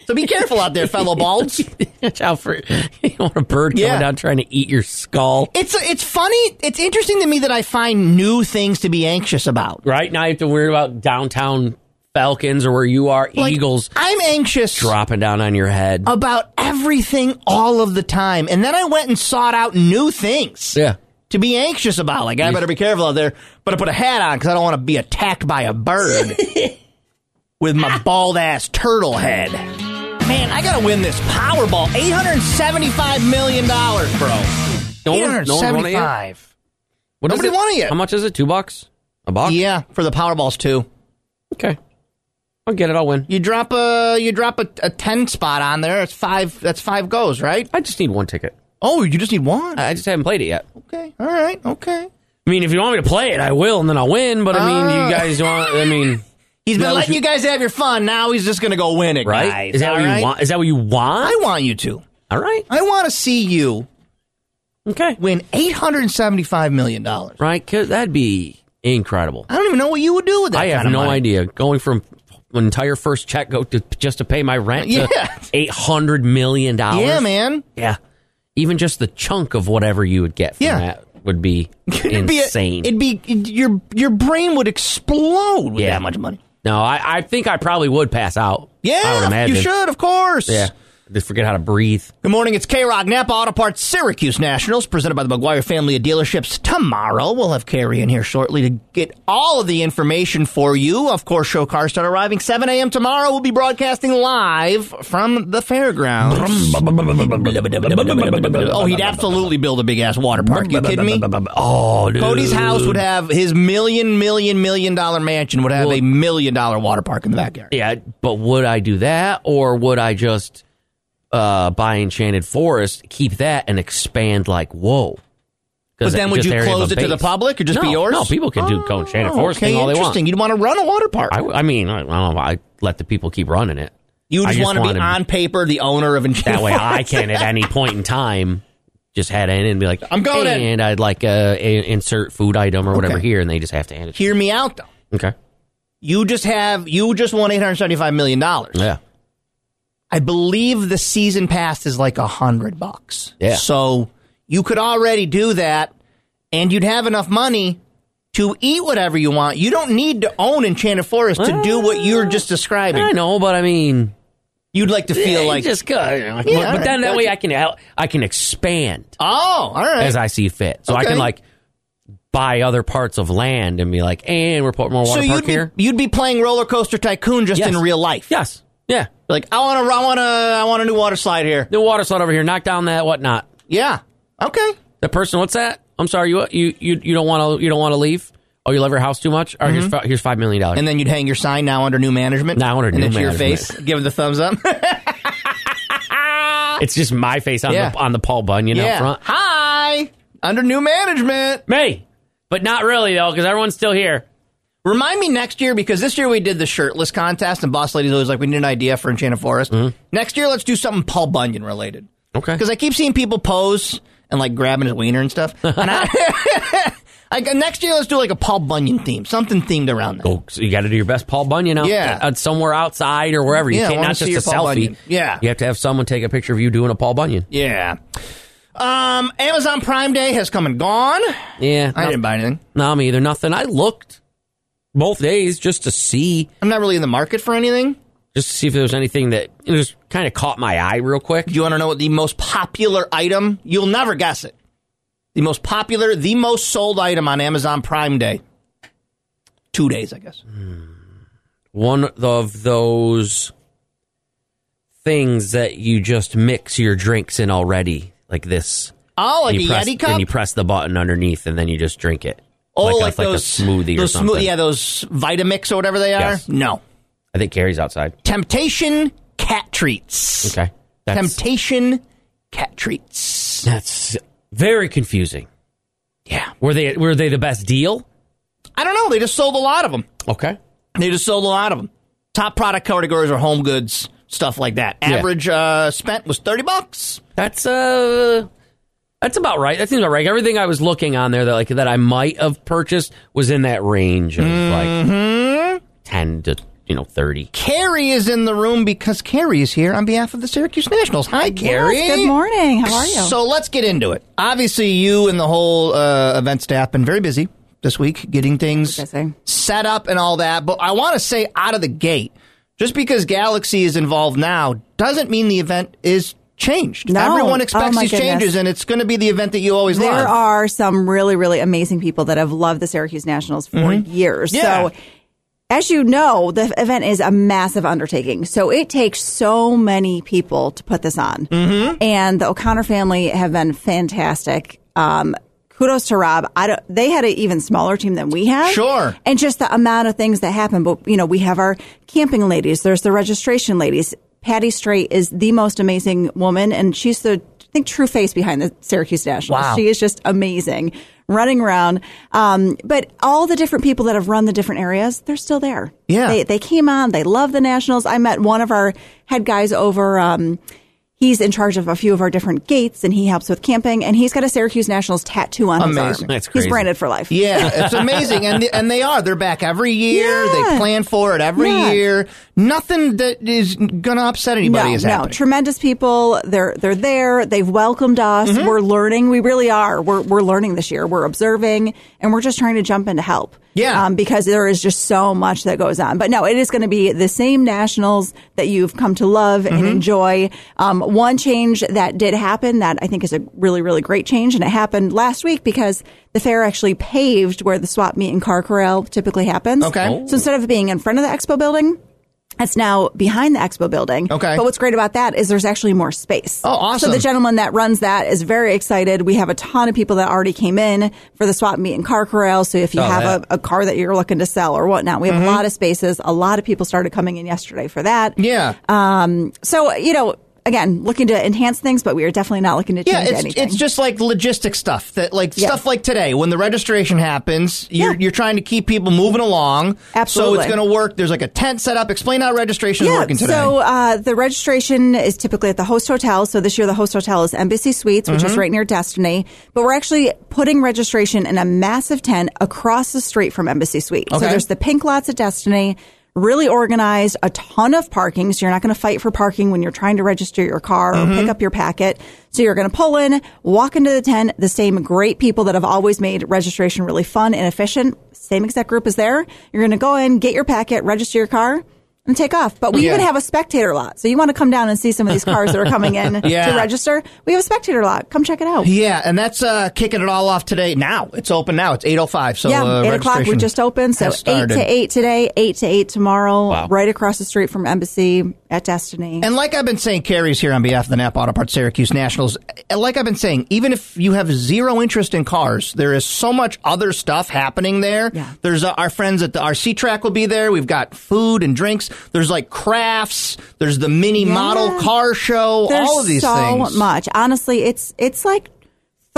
Speaker 6: So be careful out there, fellow balds.
Speaker 7: Watch out for you don't want a bird coming
Speaker 6: Yeah.
Speaker 7: down trying to eat your skull.
Speaker 6: It's it's funny. It's interesting to me that I find new things to be anxious about.
Speaker 7: Right now you have to worry about downtown falcons or where you are
Speaker 6: Like, Oh.
Speaker 7: eagles
Speaker 6: I'm anxious.
Speaker 7: dropping down on your head.
Speaker 6: about everything all of the time. And then I went and sought out new things.
Speaker 7: Yeah.
Speaker 6: To be anxious about. Like, I better be careful out there. Better put a hat on because I don't want to be attacked by a bird with my bald ass turtle head. Man, I got to win this Powerball. $875 million, bro.
Speaker 7: No one, no one won it yet?
Speaker 6: 875
Speaker 7: What is
Speaker 6: Nobody won it yet.
Speaker 7: How much is it? Two bucks? A box?
Speaker 6: Yeah, for the Powerballs, too.
Speaker 7: Okay. I'll get it. I'll win.
Speaker 6: You drop a you drop a, a ten spot on there. It's five. That's five goes, right?
Speaker 7: I just need one ticket.
Speaker 6: Oh, you just need one.
Speaker 7: I I just haven't played it yet.
Speaker 6: Okay, all right, okay.
Speaker 7: I mean, if you want me to play it, I will, and then I'll win. But I mean,
Speaker 6: Ah.
Speaker 7: you guys want? I mean,
Speaker 6: He's been
Speaker 7: That was
Speaker 6: letting you
Speaker 7: your-
Speaker 6: guys have your fun. Now he's just going to go win it,
Speaker 7: right?
Speaker 6: guys.
Speaker 7: Is that
Speaker 6: all
Speaker 7: what you
Speaker 6: right?
Speaker 7: want? Is that what you want?
Speaker 6: I want you to.
Speaker 7: All right.
Speaker 6: I want to see you
Speaker 7: Okay.
Speaker 6: win $875 million. I
Speaker 7: Right? Cause that'd be incredible.
Speaker 6: don't even know what you would do with that.
Speaker 7: I have
Speaker 6: kind of
Speaker 7: no
Speaker 6: money.
Speaker 7: idea. Going from an entire first check go to just to pay my rent
Speaker 6: Yeah.
Speaker 7: to eight hundred million dollars.
Speaker 6: Yeah, man.
Speaker 7: Yeah. Even just the chunk of whatever you would get from
Speaker 6: Yeah.
Speaker 7: that would be
Speaker 6: It'd be a-
Speaker 7: insane.
Speaker 6: it'd be your your brain would explode with
Speaker 7: Yeah.
Speaker 6: that much money.
Speaker 7: no, I, I think I probably would pass out. I would
Speaker 6: Yeah,
Speaker 7: imagine.
Speaker 6: you should, of course.
Speaker 7: Yeah. Just forget how to breathe.
Speaker 6: Good morning. It's K Rock Napa Auto Parts Syracuse Nationals, presented by the McGuire family of dealerships. Tomorrow, we'll have Carrie in here shortly to get all of the information for you. Of course, show cars start arriving 7 a.m. tomorrow. We'll be broadcasting live from the fairgrounds. oh, he'd absolutely build a big ass water park. You kidding me?
Speaker 7: Oh, dude.
Speaker 6: Cody's house would have his million, million, million dollar mansion would have a million dollar water park in the backyard.
Speaker 7: Yeah, but would I do that or would I just uh, buy Enchanted Forest, keep that, and expand like whoa?
Speaker 6: But then would you close it to the public or just
Speaker 7: no,
Speaker 6: be yours? Oh,
Speaker 7: No, people can do go Enchanted Forest
Speaker 6: okay,
Speaker 7: thing all they want.
Speaker 6: interesting. You'd want to run a water park.
Speaker 7: I, I mean, I, I don't know. I let the people keep running it.
Speaker 6: you
Speaker 7: I
Speaker 6: just,
Speaker 7: just
Speaker 6: want to be
Speaker 7: wanna be-
Speaker 6: on paper the owner of Enchanted
Speaker 7: That way, I
Speaker 6: Forest.
Speaker 7: can at any point in time just head in and be like,
Speaker 6: I'm going in.
Speaker 7: and I'd like uh, a, insert food item or whatever
Speaker 6: Okay.
Speaker 7: here, and they just have to hand it.
Speaker 6: Hear me out though.
Speaker 7: Okay,
Speaker 6: You just have you just won eight hundred seventy five million dollars.
Speaker 7: yeah,
Speaker 6: I believe the season pass is like a hundred bucks.
Speaker 7: Yeah.
Speaker 6: So you could already do that, and you'd have enough money to eat whatever you want. You don't need to own Enchanted Forest to do what you're just describing.
Speaker 7: I know, but I mean,
Speaker 6: You'd like to feel
Speaker 7: Yeah,
Speaker 6: like
Speaker 7: just go. but,
Speaker 6: all
Speaker 7: but
Speaker 6: right,
Speaker 7: then that
Speaker 6: gotcha.
Speaker 7: way I can help, I can expand
Speaker 6: oh, all right.
Speaker 7: as I see fit. So I
Speaker 6: Okay.
Speaker 7: can like buy other parts of land and be like, and we're putting more water
Speaker 6: so
Speaker 7: park
Speaker 6: you'd be,
Speaker 7: here.
Speaker 6: you'd be playing Roller Coaster Tycoon just
Speaker 7: Yes.
Speaker 6: in real life.
Speaker 7: Yes, yeah.
Speaker 6: Like I want to, I want to, I want a new water slide here.
Speaker 7: The water slide over here. Knock down that whatnot.
Speaker 6: Yeah, Okay.
Speaker 7: That person, what's that? I'm sorry, you you you, you don't want to you don't want to leave. Oh, you love your house too much. All right, here's fi- here's five million dollars.
Speaker 6: Mm-hmm. And then you'd hang your sign now under new management.
Speaker 7: Now under
Speaker 6: and
Speaker 7: new
Speaker 6: then to your
Speaker 7: management.
Speaker 6: face, give it the thumbs up.
Speaker 7: It's just my face on
Speaker 6: Yeah.
Speaker 7: the on the Paul Bunyan out front.
Speaker 6: Hi. Under new management.
Speaker 7: Me, but not really though, because everyone's still here.
Speaker 6: Remind me next year because this year we did the shirtless contest, and Boss Lady's always like, "We need an idea for Enchanted Forest." Next year, let's do something Paul Bunyan related
Speaker 7: Mm-hmm. Okay.
Speaker 6: because I keep seeing people pose and like grabbing his wiener and stuff. And I, like next year, let's do like a Paul Bunyan theme, something themed around that.
Speaker 7: Go. Oh, So you got to do your best Paul Bunyan out
Speaker 6: Yeah.
Speaker 7: uh, somewhere outside or wherever. You
Speaker 6: Yeah, I
Speaker 7: can't
Speaker 6: wanna
Speaker 7: not
Speaker 6: see
Speaker 7: just a
Speaker 6: your Paul
Speaker 7: selfie.
Speaker 6: Bunyan. Yeah.
Speaker 7: You have to have someone take a picture of you doing a Paul Bunyan.
Speaker 6: Yeah. Um, Amazon Prime Day has come and gone.
Speaker 7: Yeah.
Speaker 6: I didn't buy anything.
Speaker 7: No, me either. Nothing. I looked both days just to see,
Speaker 6: I'm not really in the market for anything.
Speaker 7: just to see if there was anything that it just kind of caught my eye real quick.
Speaker 6: Do you want to know what the most popular item? You'll never guess it. The most popular, the most sold item on Amazon Prime Day. Two days, I guess.
Speaker 7: Mm. One of those things that you just mix your drinks in already, like this.
Speaker 6: Oh, like
Speaker 7: And
Speaker 6: a
Speaker 7: you press,
Speaker 6: Yeti cup?
Speaker 7: And you press the button underneath, and then you just drink it.
Speaker 6: oh,
Speaker 7: a-
Speaker 6: like,
Speaker 7: a
Speaker 6: those
Speaker 7: smoothie or
Speaker 6: those
Speaker 7: something.
Speaker 6: yeah, those Vitamix or whatever they are.
Speaker 7: Yes.
Speaker 6: No.
Speaker 7: I think Carrie's outside.
Speaker 6: Temptation cat treats.
Speaker 7: Okay. That's,
Speaker 6: Temptation cat treats.
Speaker 7: that's very confusing.
Speaker 6: Yeah.
Speaker 7: Were they were they the best deal?
Speaker 6: I don't know. They just sold a lot of them.
Speaker 7: Okay.
Speaker 6: They just sold a lot of them. Top product categories are home goods, stuff like that.
Speaker 7: Yeah.
Speaker 6: Average uh, spent was 30 bucks.
Speaker 7: That's uh that's about right. That seems about right. Everything I was looking on there that like that I might have purchased was in that range of like
Speaker 6: Mm-hmm.
Speaker 7: ten to you know thirty.
Speaker 6: Carrie is in the room because Carrie is here on behalf of the Syracuse Nationals. Hi, Carrie.
Speaker 10: Good morning. How are you?
Speaker 6: So let's get into it. Obviously, you and the whole uh, event staff been very busy this week getting things
Speaker 10: Busy.
Speaker 6: set up and all that. But I want to say out of the gate, just because Galaxy is involved now doesn't mean the event is changed.
Speaker 10: No.
Speaker 6: Everyone
Speaker 10: Oh,
Speaker 6: expects
Speaker 10: my
Speaker 6: these
Speaker 10: goodness.
Speaker 6: changes, and it's going to be the event that you always
Speaker 10: there
Speaker 6: love.
Speaker 10: are some really, really amazing people that have loved the Syracuse Nationals for years.
Speaker 6: Mm-hmm. Yeah.
Speaker 10: So, as you know, the event is a massive undertaking. So, it takes so many people to put this on. Mm-hmm. And the O'Connor family have been fantastic. Um, kudos to Rob. I don't, they had an even smaller team than we had.
Speaker 6: Sure.
Speaker 10: And just the amount of things that happen. But, you know, we have our camping ladies, there's the registration ladies. Patty Strait is the most amazing woman, and she's the, I think, true face behind the Syracuse Nationals.
Speaker 6: Wow.
Speaker 10: She is just amazing running around. Um, but all the different people that have run the different areas, they're still there.
Speaker 6: Yeah.
Speaker 10: They, they came on, they love the Nationals. I met one of our head guys over. Um, He's in charge of a few of our different gates, and he helps with camping. And he's got a Syracuse Nationals tattoo on his
Speaker 6: Amazing.
Speaker 10: arm.
Speaker 7: That's
Speaker 10: He's
Speaker 7: crazy.
Speaker 10: branded for life.
Speaker 6: Yeah, it's amazing, and and they are. They're back every year. They
Speaker 10: Yeah.
Speaker 6: plan for it every
Speaker 10: Yeah.
Speaker 6: year. Nothing that is going to upset anybody
Speaker 10: no,
Speaker 6: is
Speaker 10: no,
Speaker 6: happening.
Speaker 10: tremendous people. They're they're there. They've welcomed us. We're learning. We really are. We're we're learning this year. We're observing, and we're just trying to jump in to help.
Speaker 6: Yeah.
Speaker 10: um, because there is just so much that goes on. But no, it is going to be the same nationals that you've come to love and enjoy. Um, one change that did happen that I think is a really really great change, and it happened last week because the fair actually paved where the swap meet and car corral typically happens.
Speaker 6: Okay. Oh.
Speaker 10: so instead of being in front of the expo building. It's now behind the expo building.
Speaker 6: Okay.
Speaker 10: But what's great about that is there's actually more space.
Speaker 6: Oh, awesome.
Speaker 10: So the gentleman that runs that is very excited. We have a ton of people that already came in for the swap meet and car corral. So if you
Speaker 6: Oh,
Speaker 10: have a, a car that you're looking to sell or whatnot, we have a lot of spaces. A lot of people started coming in yesterday for that.
Speaker 6: yeah,
Speaker 10: So, you know, again, looking to enhance things, but we are definitely not looking to
Speaker 6: yeah.
Speaker 10: change
Speaker 6: It's
Speaker 10: anything.
Speaker 6: it's just like logistic stuff that like
Speaker 10: Yeah.
Speaker 6: stuff like today when the registration happens, you're
Speaker 10: Yeah.
Speaker 6: you're trying to keep people moving along. So
Speaker 10: Absolutely.
Speaker 6: it's going to work. There's like a tent set up. Explain how registration is working today.
Speaker 10: So uh, the registration is typically at the host hotel. So this year the host hotel is Embassy Suites, which is right near Destiny. But we're actually putting registration in a massive tent across the street from Embassy Suites.
Speaker 6: Okay.
Speaker 10: So there's the pink lots at Destiny. Really organized, a ton of parking. So you're not going to fight for parking when you're trying to register your car or pick up your packet. So you're going to pull in, walk into the tent, the same great people that have always made registration really fun and efficient. Same exact group is there. You're going to go in, get your packet, register your car, and take off. But we
Speaker 6: Yeah.
Speaker 10: even have a spectator lot. So you want to come down and see some of these cars that are coming in
Speaker 6: Yeah.
Speaker 10: to register? We have a spectator lot. Come check it out.
Speaker 6: Yeah, and that's uh, kicking it all off today. Now it's open. Now it's eight oh five. So
Speaker 10: yeah,
Speaker 6: uh,
Speaker 10: eight o'clock. We
Speaker 6: registration
Speaker 10: just opened, so
Speaker 6: has
Speaker 10: eight
Speaker 6: started.
Speaker 10: to eight today, eight to eight tomorrow.
Speaker 6: Wow.
Speaker 10: Right across the street from Embassy at Destiny.
Speaker 6: And like I've been saying, Carrie's here on behalf of the Napa Auto Parts Syracuse Nationals. And like I've been saying, even if you have zero interest in cars, there is so much other stuff happening there.
Speaker 10: Yeah.
Speaker 6: There's uh, our friends at the RC track will be there. We've got food and drinks. There's like crafts. There's the mini
Speaker 10: Yeah.
Speaker 6: model car show.
Speaker 10: There's
Speaker 6: all of these
Speaker 10: so
Speaker 6: things.
Speaker 10: much. Honestly, it's it's like.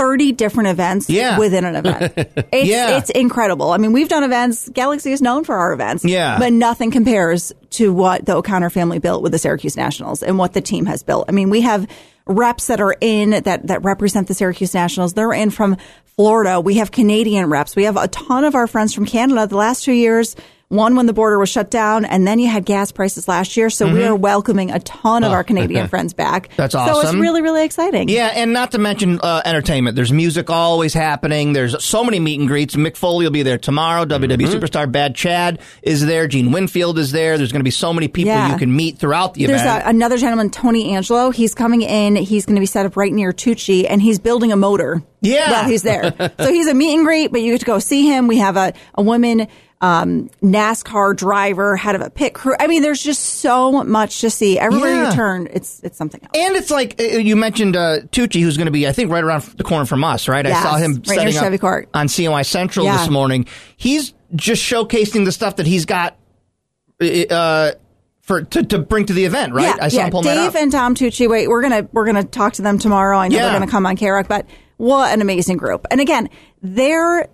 Speaker 10: 30 different events
Speaker 6: Yeah.
Speaker 10: within an event. It's,
Speaker 6: Yeah.
Speaker 10: it's incredible. I mean, we've done events. Galaxy is known for our events.
Speaker 6: Yeah.
Speaker 10: But nothing compares to what the O'Connor family built with the Syracuse Nationals and what the team has built. I mean, we have reps that are in that, that represent the Syracuse Nationals. They're in from Florida. We have Canadian reps. We have a ton of our friends from Canada the last two years. One when the border was shut down, and then you had gas prices last year. So we are welcoming a ton of our Canadian friends back.
Speaker 6: That's
Speaker 10: So it's
Speaker 6: awesome.
Speaker 10: really, really exciting.
Speaker 6: Yeah, and not to mention uh, entertainment. There's music always happening. There's so many meet and greets. Mick Foley will be there tomorrow. WWE superstar Bad Chad is there. Gene Winfield is there. There's going to be so many people
Speaker 10: Yeah.
Speaker 6: you can meet throughout the
Speaker 10: There's
Speaker 6: event.
Speaker 10: a, another gentleman, Tony Angelo. He's coming in. He's going to be set up right near Tucci, and he's building a motor.
Speaker 6: Yeah.
Speaker 10: while he's there. so he's a meet and greet, but you get to go see him. We have a a woman um, NASCAR driver, head of a pit crew. I mean, there's just so much to see. Everywhere
Speaker 6: Yeah.
Speaker 10: you turn, it's it's something else.
Speaker 6: and it's like uh, you mentioned uh, Tucci, who's going to be, I think, right around the corner from us, right? I
Speaker 10: Yes,
Speaker 6: saw him
Speaker 10: right near
Speaker 6: setting
Speaker 10: Chevy
Speaker 6: up
Speaker 10: Court.
Speaker 6: on COI Central
Speaker 10: Yeah.
Speaker 6: this morning. He's just showcasing the stuff that he's got uh, for to, to bring to the event, right?
Speaker 10: Yeah,
Speaker 6: I saw
Speaker 10: yeah.
Speaker 6: him pulling that
Speaker 10: Dave
Speaker 6: up.
Speaker 10: and Tom Tucci. Wait, we're gonna we're gonna talk to them tomorrow. I know
Speaker 6: Yeah.
Speaker 10: they're gonna come on KROC, but what an amazing group! And again, they're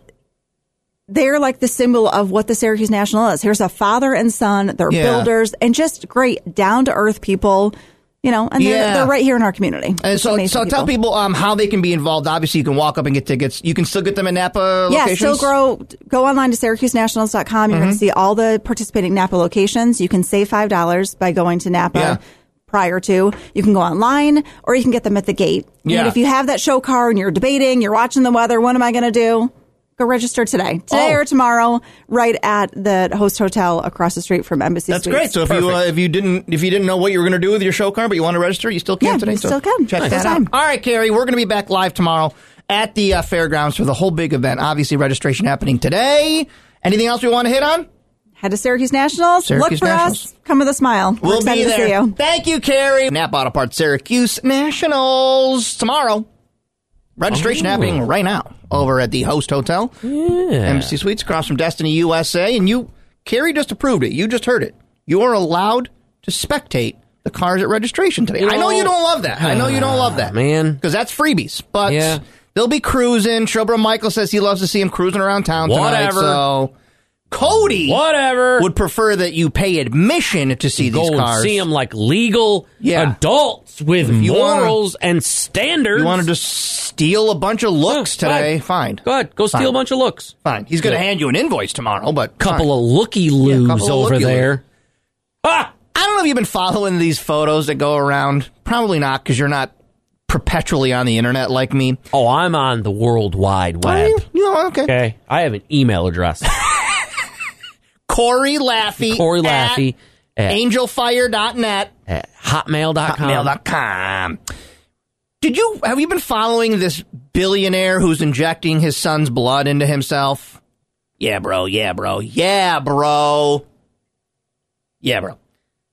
Speaker 10: they're like the symbol of what the Syracuse National is. Here's a father and son. They're
Speaker 6: Yeah.
Speaker 10: builders and just great down to earth people. You know, and they're,
Speaker 6: Yeah.
Speaker 10: they're right here in our community.
Speaker 6: And
Speaker 10: Just
Speaker 6: so,
Speaker 10: amazing
Speaker 6: so tell people um, how they can be involved. Obviously, you can walk up and get tickets. You can still get them in Napa
Speaker 10: Yeah,
Speaker 6: locations.
Speaker 10: still
Speaker 6: Mm-hmm.
Speaker 10: grow. Go online to syracusenationals.com. You're going to see all the participating Napa locations. You can save $5 by going to Napa
Speaker 6: Yeah.
Speaker 10: prior to. You can go online or you can get them at the gate.
Speaker 6: Yeah.
Speaker 10: And if you have that show car and you're debating, you're watching the weather, what am I going to do? Go register today, today
Speaker 6: Oh.
Speaker 10: or tomorrow, right at the host hotel across the street from Embassy
Speaker 6: That's
Speaker 10: Suites.
Speaker 6: great. So if you uh, if you didn't if you didn't know what you were going to do with your show car, but you want to register, you still can
Speaker 10: Yeah,
Speaker 6: today.
Speaker 10: you
Speaker 6: so
Speaker 10: still can.
Speaker 6: Check
Speaker 10: Nice.
Speaker 6: that
Speaker 10: Full
Speaker 6: out.
Speaker 10: time.
Speaker 6: All right, Carrie, we're going to be back live tomorrow at the uh, fairgrounds for the whole big event. Obviously, registration happening today. Anything else we want to hit on?
Speaker 10: Head to Syracuse Nationals.
Speaker 6: Syracuse
Speaker 10: Look for
Speaker 6: Nationals.
Speaker 10: us. Come with a smile. We're
Speaker 6: We'll be
Speaker 10: excited
Speaker 6: there.
Speaker 10: to see you.
Speaker 6: Thank you, Carrie. Napa Auto Parts Syracuse Nationals tomorrow. Registration
Speaker 7: Oh.
Speaker 6: happening right now over at the Host Hotel. Embassy Suites across from Destiny USA. And you, Carrie just approved it. You just heard it. You are allowed to spectate the cars at registration today. I know you don't love that. I know you don't love
Speaker 10: Ah,
Speaker 6: that.
Speaker 7: man.
Speaker 6: Because that's freebies. But
Speaker 7: Yeah.
Speaker 6: they'll be cruising. Shobra Michael says he loves to see him cruising around town tonight.
Speaker 7: Whatever.
Speaker 6: So Cody
Speaker 7: Whatever.
Speaker 6: would prefer that you pay admission to see
Speaker 7: go
Speaker 6: these
Speaker 7: and
Speaker 6: cars.
Speaker 7: see them like legal
Speaker 6: Yeah.
Speaker 7: adults with
Speaker 6: you wanna-
Speaker 7: morals and standards.
Speaker 6: You want to just steal a bunch of looks
Speaker 7: Yeah,
Speaker 6: today? Fine.
Speaker 7: Oh, fine. Go ahead. Go steal
Speaker 6: Fine.
Speaker 7: a bunch of looks.
Speaker 6: Fine. He's going to hand you an invoice tomorrow, but
Speaker 7: Couple
Speaker 6: fine.
Speaker 7: of looky loos
Speaker 6: couple of
Speaker 7: over
Speaker 6: looky-loos.
Speaker 7: there. Ah,
Speaker 6: I don't know if you've been following these photos that go around. Probably not, because you're not perpetually on the internet like me.
Speaker 7: Oh, I'm on the World Wide
Speaker 6: Are
Speaker 7: Web.
Speaker 6: you? You are? okay.
Speaker 7: Okay. I have an email address.
Speaker 6: Corey Laffey.
Speaker 7: Corey
Speaker 6: E at
Speaker 7: Laffey at,
Speaker 6: Angelfire.net.
Speaker 7: at hotmail.com.
Speaker 6: Hotmail.com. Did you have you been following this billionaire who's injecting his son's blood into himself? Yeah, bro. Yeah, bro. Yeah, bro. Yeah, bro.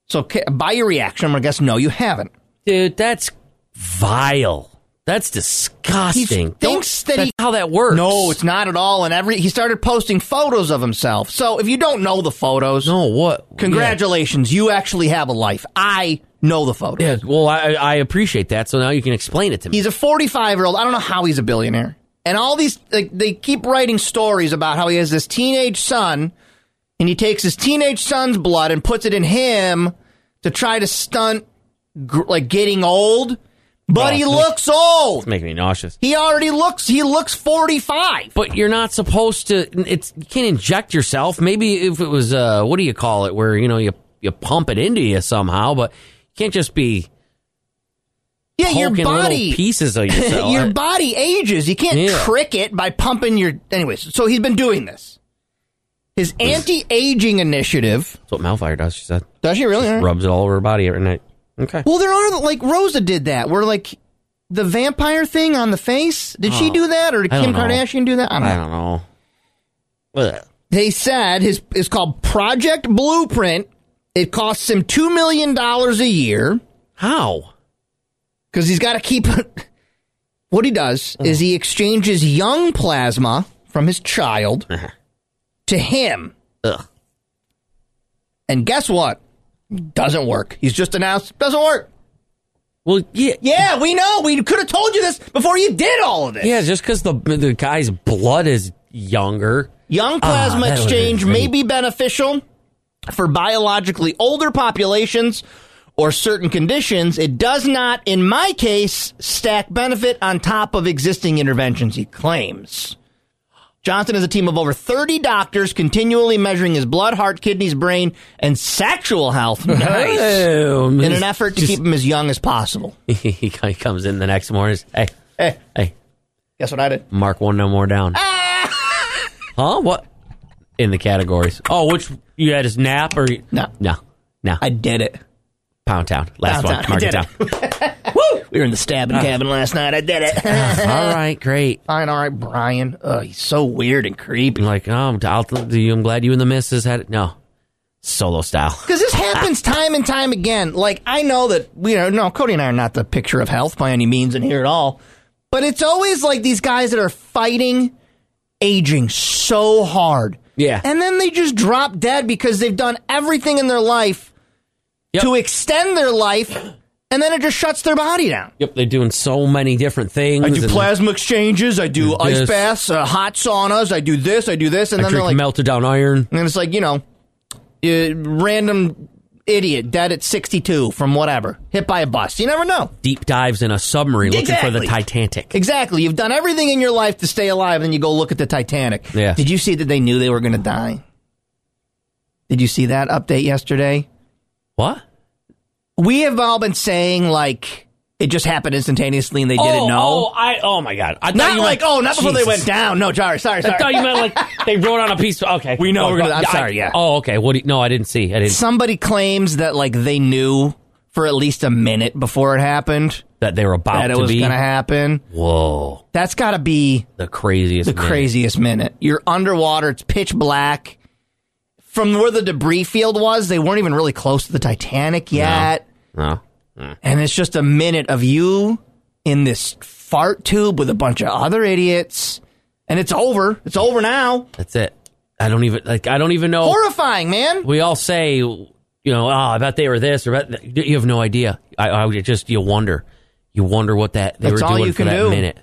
Speaker 6: So ca- by your reaction, I'm gonna guess no, you haven't.
Speaker 7: Dude, that's vile. That's
Speaker 6: He
Speaker 7: disgusting.
Speaker 6: thinks that
Speaker 7: that's
Speaker 6: he-
Speaker 7: how that works.
Speaker 6: No, it's not at all. And every he started posting photos of himself. So if you don't know the photos,
Speaker 7: No, what?
Speaker 6: congratulations, you actually have a life. I know the photos.
Speaker 7: Yeah. yeah, well, I, I appreciate that. So now you can explain it to me.
Speaker 6: He's a 45 year old. I don't know how he's a billionaire. And all these, like, they keep writing stories about how he has this teenage son, and he takes his teenage son's blood and puts it in him to try to stunt, gr- like, getting old. But
Speaker 7: Oh,
Speaker 6: he
Speaker 7: please.
Speaker 6: looks old.
Speaker 7: making me nauseous.
Speaker 6: He already looks. He looks 45.
Speaker 7: But you're not supposed to. It's you can't inject yourself. Maybe if it was uh, what do you call it, where you know you you pump it into you somehow, but you can't just be
Speaker 6: Yeah, your
Speaker 7: poking
Speaker 6: body.
Speaker 7: little pieces of yourself.
Speaker 6: your body ages. You can't
Speaker 7: Yeah.
Speaker 6: trick it by pumping your. Anyways, so he's been doing this. his anti-aging initiative.
Speaker 7: That's what Malfire does. She said
Speaker 6: Does she really?
Speaker 7: rubs it all over her body every night. Okay.
Speaker 6: Well, there are like Rosa did that, where like the vampire thing on the face. Did she do that, or did
Speaker 7: Oh. I
Speaker 6: Kim
Speaker 7: don't know.
Speaker 6: Kardashian do that? I don't
Speaker 7: I
Speaker 6: know.
Speaker 7: don't know. Ugh.
Speaker 6: They said his is called Project Blueprint. It costs him two million dollars a year
Speaker 7: How?
Speaker 6: because he's got to keep. what he does
Speaker 7: Oh.
Speaker 6: is he exchanges young plasma from his child to him.
Speaker 7: Uh-huh. Ugh.
Speaker 6: And guess what? Doesn't work. He's just announced doesn't work.
Speaker 7: Well, yeah,
Speaker 6: Yeah, we know. We could have told you this before you did all of this.
Speaker 7: yeah. Just because the the guy's blood is younger.
Speaker 6: Young
Speaker 7: Ah,
Speaker 6: plasma
Speaker 7: that would've
Speaker 6: exchange
Speaker 7: been
Speaker 6: may
Speaker 7: great.
Speaker 6: be beneficial for biologically older populations or certain conditions. It does not, in my case, stack benefit on top of existing interventions, he claims. Johnson has a team of over 30 doctors continually measuring his blood, heart, kidneys, brain, and sexual health. Nice.
Speaker 7: Oh,
Speaker 6: In
Speaker 7: miss-
Speaker 6: an effort to
Speaker 7: just-
Speaker 6: keep him as young as possible.
Speaker 7: he comes in the next morning. Is, hey,
Speaker 6: Hey,
Speaker 7: hey,
Speaker 6: guess what I did?
Speaker 7: mark one no more down. huh? What? In the categories. Oh, which you had his nap or
Speaker 6: No.
Speaker 7: no, no.
Speaker 6: I did it.
Speaker 7: Pound Town.
Speaker 6: Pound
Speaker 7: Last one.
Speaker 6: Town. I
Speaker 7: Mark it
Speaker 6: did
Speaker 7: down.
Speaker 6: We were in the stabbing cabin last night. I did it.
Speaker 7: All right, great.
Speaker 6: Ah. Fine, all right, Brian. Ugh, he's so weird and creepy.
Speaker 7: I'm like, oh, I'm, I'll, I'm glad you and the missus had it. No, solo style.
Speaker 6: Because this happens time and time again. Like I know that we are no Cody and I are not the picture of health by any means in here at all, but it's always like these guys that are fighting aging so hard,
Speaker 7: Yeah.
Speaker 6: and then they just drop dead because they've done everything in their life
Speaker 7: Yep.
Speaker 6: to extend their life, and then it just shuts their body down.
Speaker 7: Yep, they're doing so many different things.
Speaker 6: I do
Speaker 7: and
Speaker 6: plasma exchanges. I do ice
Speaker 7: This.
Speaker 6: baths, uh, hot saunas. I do this. I do this, and
Speaker 7: I
Speaker 6: then they're
Speaker 7: drink
Speaker 6: like,
Speaker 7: melted down iron.
Speaker 6: And it's like, you know, uh, random idiot dead at 62 from whatever, hit by a bus. You never know.
Speaker 7: Deep dives in a submarine looking for the
Speaker 6: Exactly.
Speaker 7: Titanic.
Speaker 6: Exactly. You've done everything in your life to stay alive, and then you go look at the Titanic.
Speaker 7: Yeah.
Speaker 6: Did you see that they knew they were going to die? Did you see that update yesterday?
Speaker 7: What?
Speaker 6: We have all been saying, like, it just happened instantaneously and they
Speaker 7: oh,
Speaker 6: didn't know.
Speaker 7: Oh, I, oh my God. I thought
Speaker 6: not
Speaker 7: you
Speaker 6: like,
Speaker 7: meant-
Speaker 6: oh, not before they
Speaker 7: Jesus.
Speaker 6: went down. No, sorry, sorry,
Speaker 7: I
Speaker 6: sorry.
Speaker 7: thought you meant like they wrote on a piece. Okay.
Speaker 6: We know
Speaker 7: Oh,
Speaker 6: we're gonna- I'm
Speaker 7: I-
Speaker 6: sorry, yeah.
Speaker 7: Oh, okay. What do you, no, I didn't see. I didn't.
Speaker 6: Somebody claims that, like, they knew for at least a minute before it happened
Speaker 7: That they were about
Speaker 6: that it
Speaker 7: to
Speaker 6: was
Speaker 7: be.
Speaker 6: going to happen.
Speaker 7: Whoa.
Speaker 6: That's got to be
Speaker 7: The craziest.
Speaker 6: the
Speaker 7: man.
Speaker 6: craziest minute. You're underwater. It's pitch black. From where the debris field was, they weren't even really close to the Titanic yet.
Speaker 7: No.
Speaker 6: And it's just a minute of you in this fart tube with a bunch of other idiots. And it's over. It's over now.
Speaker 7: That's it. I don't even, like, I don't even know.
Speaker 6: Horrifying, man.
Speaker 7: we all say, you know, oh, I bet they were this or bet th-" you have no idea. I, I would just you wonder, you wonder what that they
Speaker 6: That's
Speaker 7: were
Speaker 6: all
Speaker 7: doing
Speaker 6: you
Speaker 7: for
Speaker 6: can
Speaker 7: that
Speaker 6: do.
Speaker 7: minute.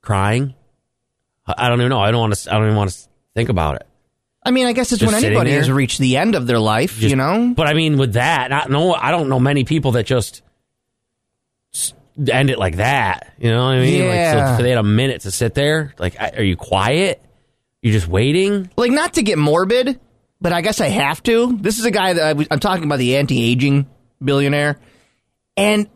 Speaker 7: Crying, I, I don't even know. I don't want to. I don't even want to think about it.
Speaker 6: I mean, I guess it's
Speaker 7: Just
Speaker 6: when
Speaker 7: sitting
Speaker 6: anybody
Speaker 7: there?
Speaker 6: has reached the end of their life,
Speaker 7: Just-
Speaker 6: you know?
Speaker 7: But I mean, with that, I know I don't know many people that just s- end it like that. You know what I mean? Like, so
Speaker 6: Yeah.
Speaker 7: if they had a minute to sit there. Like, I, are you quiet? You're just waiting.
Speaker 6: like not to get morbid, but I guess I have to. This is a guy that I was, I'm talking about the anti-aging billionaire, and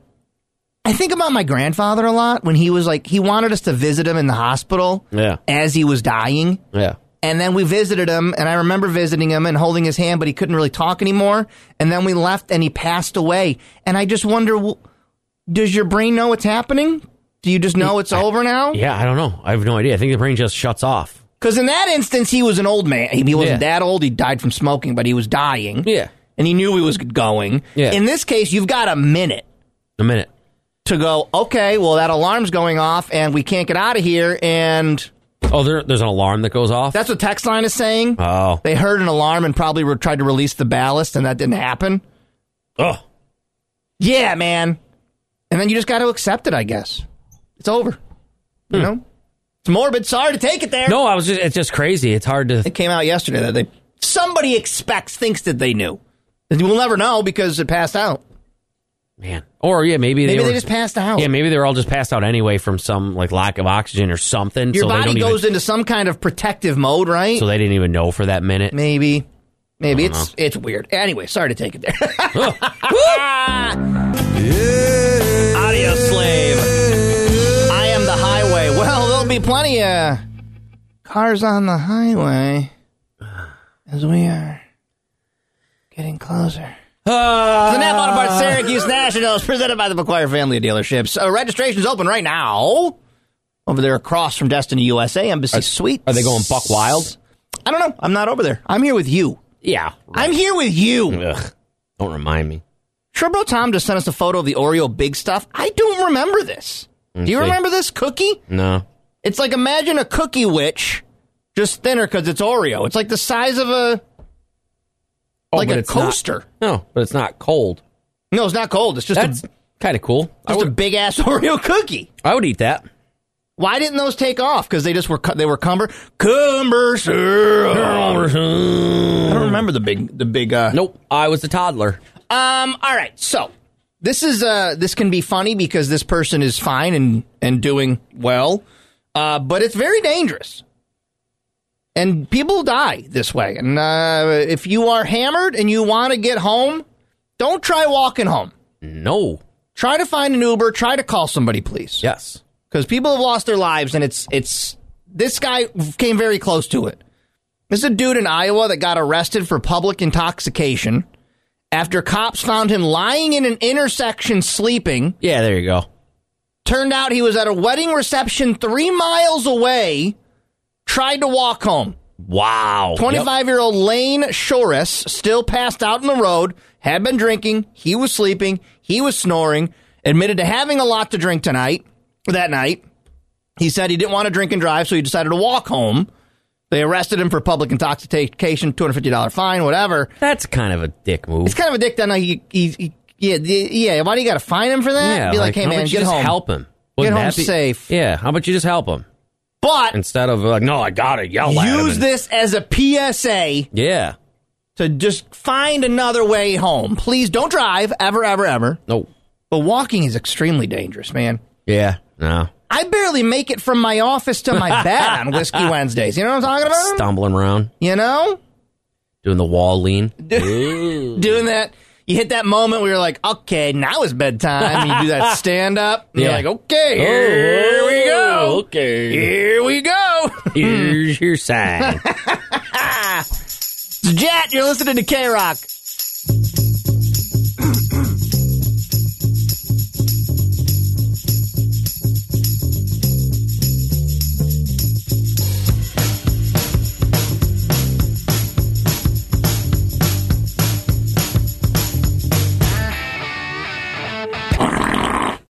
Speaker 6: I think about my grandfather a lot when he was like he wanted us to visit him in the hospital
Speaker 7: Yeah.
Speaker 6: as he was dying.
Speaker 7: Yeah.
Speaker 6: And then we visited him, and I remember visiting him and holding his hand, but he couldn't really talk anymore. And then we left, and he passed away. And I just wonder, w- does your brain know what's happening? Do you just know it's over now?
Speaker 7: Yeah. I don't know. I have no idea. I think the brain just shuts off.
Speaker 6: Because in that instance, he was an old man. He wasn't
Speaker 7: Yeah.
Speaker 6: that old. He died from smoking, but he was dying.
Speaker 7: Yeah.
Speaker 6: And he knew he was going.
Speaker 7: Yeah.
Speaker 6: In this case, you've got a minute
Speaker 7: A minute.
Speaker 6: to go, okay, well, that alarm's going off and we can't get out of here. And
Speaker 7: Oh, there, there's an alarm that goes off.
Speaker 6: that's what text line is saying.
Speaker 7: Oh.
Speaker 6: They heard an alarm and probably were tried to release the ballast and that didn't happen.
Speaker 7: Oh.
Speaker 6: Yeah, man. And then you just got to accept it, I guess. It's over.
Speaker 7: Hmm.
Speaker 6: You know? It's morbid. Sorry to take it there.
Speaker 7: No, I was just it's just crazy. It's hard to
Speaker 6: It came out yesterday that they somebody expects thinks that they knew. And We'll never know because it passed out.
Speaker 7: man. Or yeah, maybe they,
Speaker 6: Maybe
Speaker 7: were,
Speaker 6: they just passed out.
Speaker 7: Yeah, maybe they were all just passed out anyway from some like lack of oxygen or something.
Speaker 6: Your
Speaker 7: so they
Speaker 6: body
Speaker 7: don't
Speaker 6: goes
Speaker 7: even,
Speaker 6: into some kind of protective mode, right?
Speaker 7: so they didn't even know for that minute.
Speaker 6: maybe, maybe it's it's weird. Anyway, sorry to take it there. Audio slave. I am the highway. Well, there'll be plenty of cars on the highway. as we are getting closer.
Speaker 7: Uh,
Speaker 6: The Nap Auto Parts Syracuse Nationals, presented by the McGuire Family of Dealerships. Uh, registration's open right now. Over there across from Destiny USA, Embassy Suites.
Speaker 7: are they going buck wild?
Speaker 6: I don't know. I'm not over there. I'm here with you.
Speaker 7: yeah.
Speaker 6: I'm here with you.
Speaker 7: Ugh, don't remind me.
Speaker 6: Turbo Tom just sent us a photo of the Oreo big stuff. I don't remember this. Do you
Speaker 7: see.
Speaker 6: remember this cookie?
Speaker 7: No.
Speaker 6: It's like imagine a cookie witch, just thinner because it's Oreo. It's like the size of a
Speaker 7: Oh,
Speaker 6: like
Speaker 7: but
Speaker 6: a
Speaker 7: it's not-
Speaker 6: coaster.
Speaker 7: no, but it's not cold.
Speaker 6: No, it's not cold. It's just
Speaker 7: That's
Speaker 6: a,
Speaker 7: kind of cool. I
Speaker 6: just a
Speaker 7: would,
Speaker 6: big ass Oreo cookie.
Speaker 7: I would eat that.
Speaker 6: Why didn't those take off? Because they just were cu- they were cumber cumbersome. I don't remember the big the big. Uh,
Speaker 7: Nope. I was a toddler.
Speaker 6: Um. All right. So this is uh this can be funny because this person is fine and and doing well, uh, but it's very dangerous. And people die this way. And uh, if you are hammered and you want to get home, don't try walking home.
Speaker 7: No.
Speaker 6: Try to find an Uber. Try to call somebody, please
Speaker 7: Yes.
Speaker 6: because people have lost their lives, and it's it's this guy came very close to it. This is a dude in Iowa that got arrested for public intoxication after cops found him lying in an intersection sleeping.
Speaker 7: Yeah. There you go.
Speaker 6: Turned out he was at a wedding reception three miles away. Tried to walk home.
Speaker 7: Wow.
Speaker 6: 25 year old Lane Shores still passed out in the road, had been drinking, he was sleeping, he was snoring, admitted to having a lot to drink tonight, that night. He said he didn't want to drink and drive, so he decided to walk home. They arrested him for public intoxication, $250 fine, whatever.
Speaker 7: That's kind of a dick move.
Speaker 6: It's kind of a dick that now he, he, he- yeah, yeah, why do you got to fine him for that?
Speaker 7: yeah.
Speaker 6: Be like, hey
Speaker 7: how
Speaker 6: man,
Speaker 7: about you
Speaker 6: get
Speaker 7: just
Speaker 6: home.
Speaker 7: Help him.
Speaker 6: home
Speaker 7: that be-
Speaker 6: safe.
Speaker 7: Yeah. How about you just help him
Speaker 6: But
Speaker 7: instead of like, no, I gotta yell at him.
Speaker 6: use
Speaker 7: and-
Speaker 6: this as a PSA
Speaker 7: Yeah.
Speaker 6: to just find another way home. Please don't drive ever, ever, ever.
Speaker 7: No.
Speaker 6: But walking is extremely dangerous, man.
Speaker 7: Yeah. No.
Speaker 6: I barely make it from my office to my bed on Whiskey Wednesdays. You know what I'm talking about?
Speaker 7: Stumbling around,
Speaker 6: You know?
Speaker 7: doing the wall lean. Oh,
Speaker 6: Doing that. You hit that moment where you're like, okay, now is bedtime. And you do that stand up. And
Speaker 7: Yeah.
Speaker 6: You're
Speaker 7: Oh.
Speaker 6: like, okay, here we go.
Speaker 7: Okay.
Speaker 6: Here we go.
Speaker 7: Here's your sign.
Speaker 6: It's Jet, you're listening to K Rock.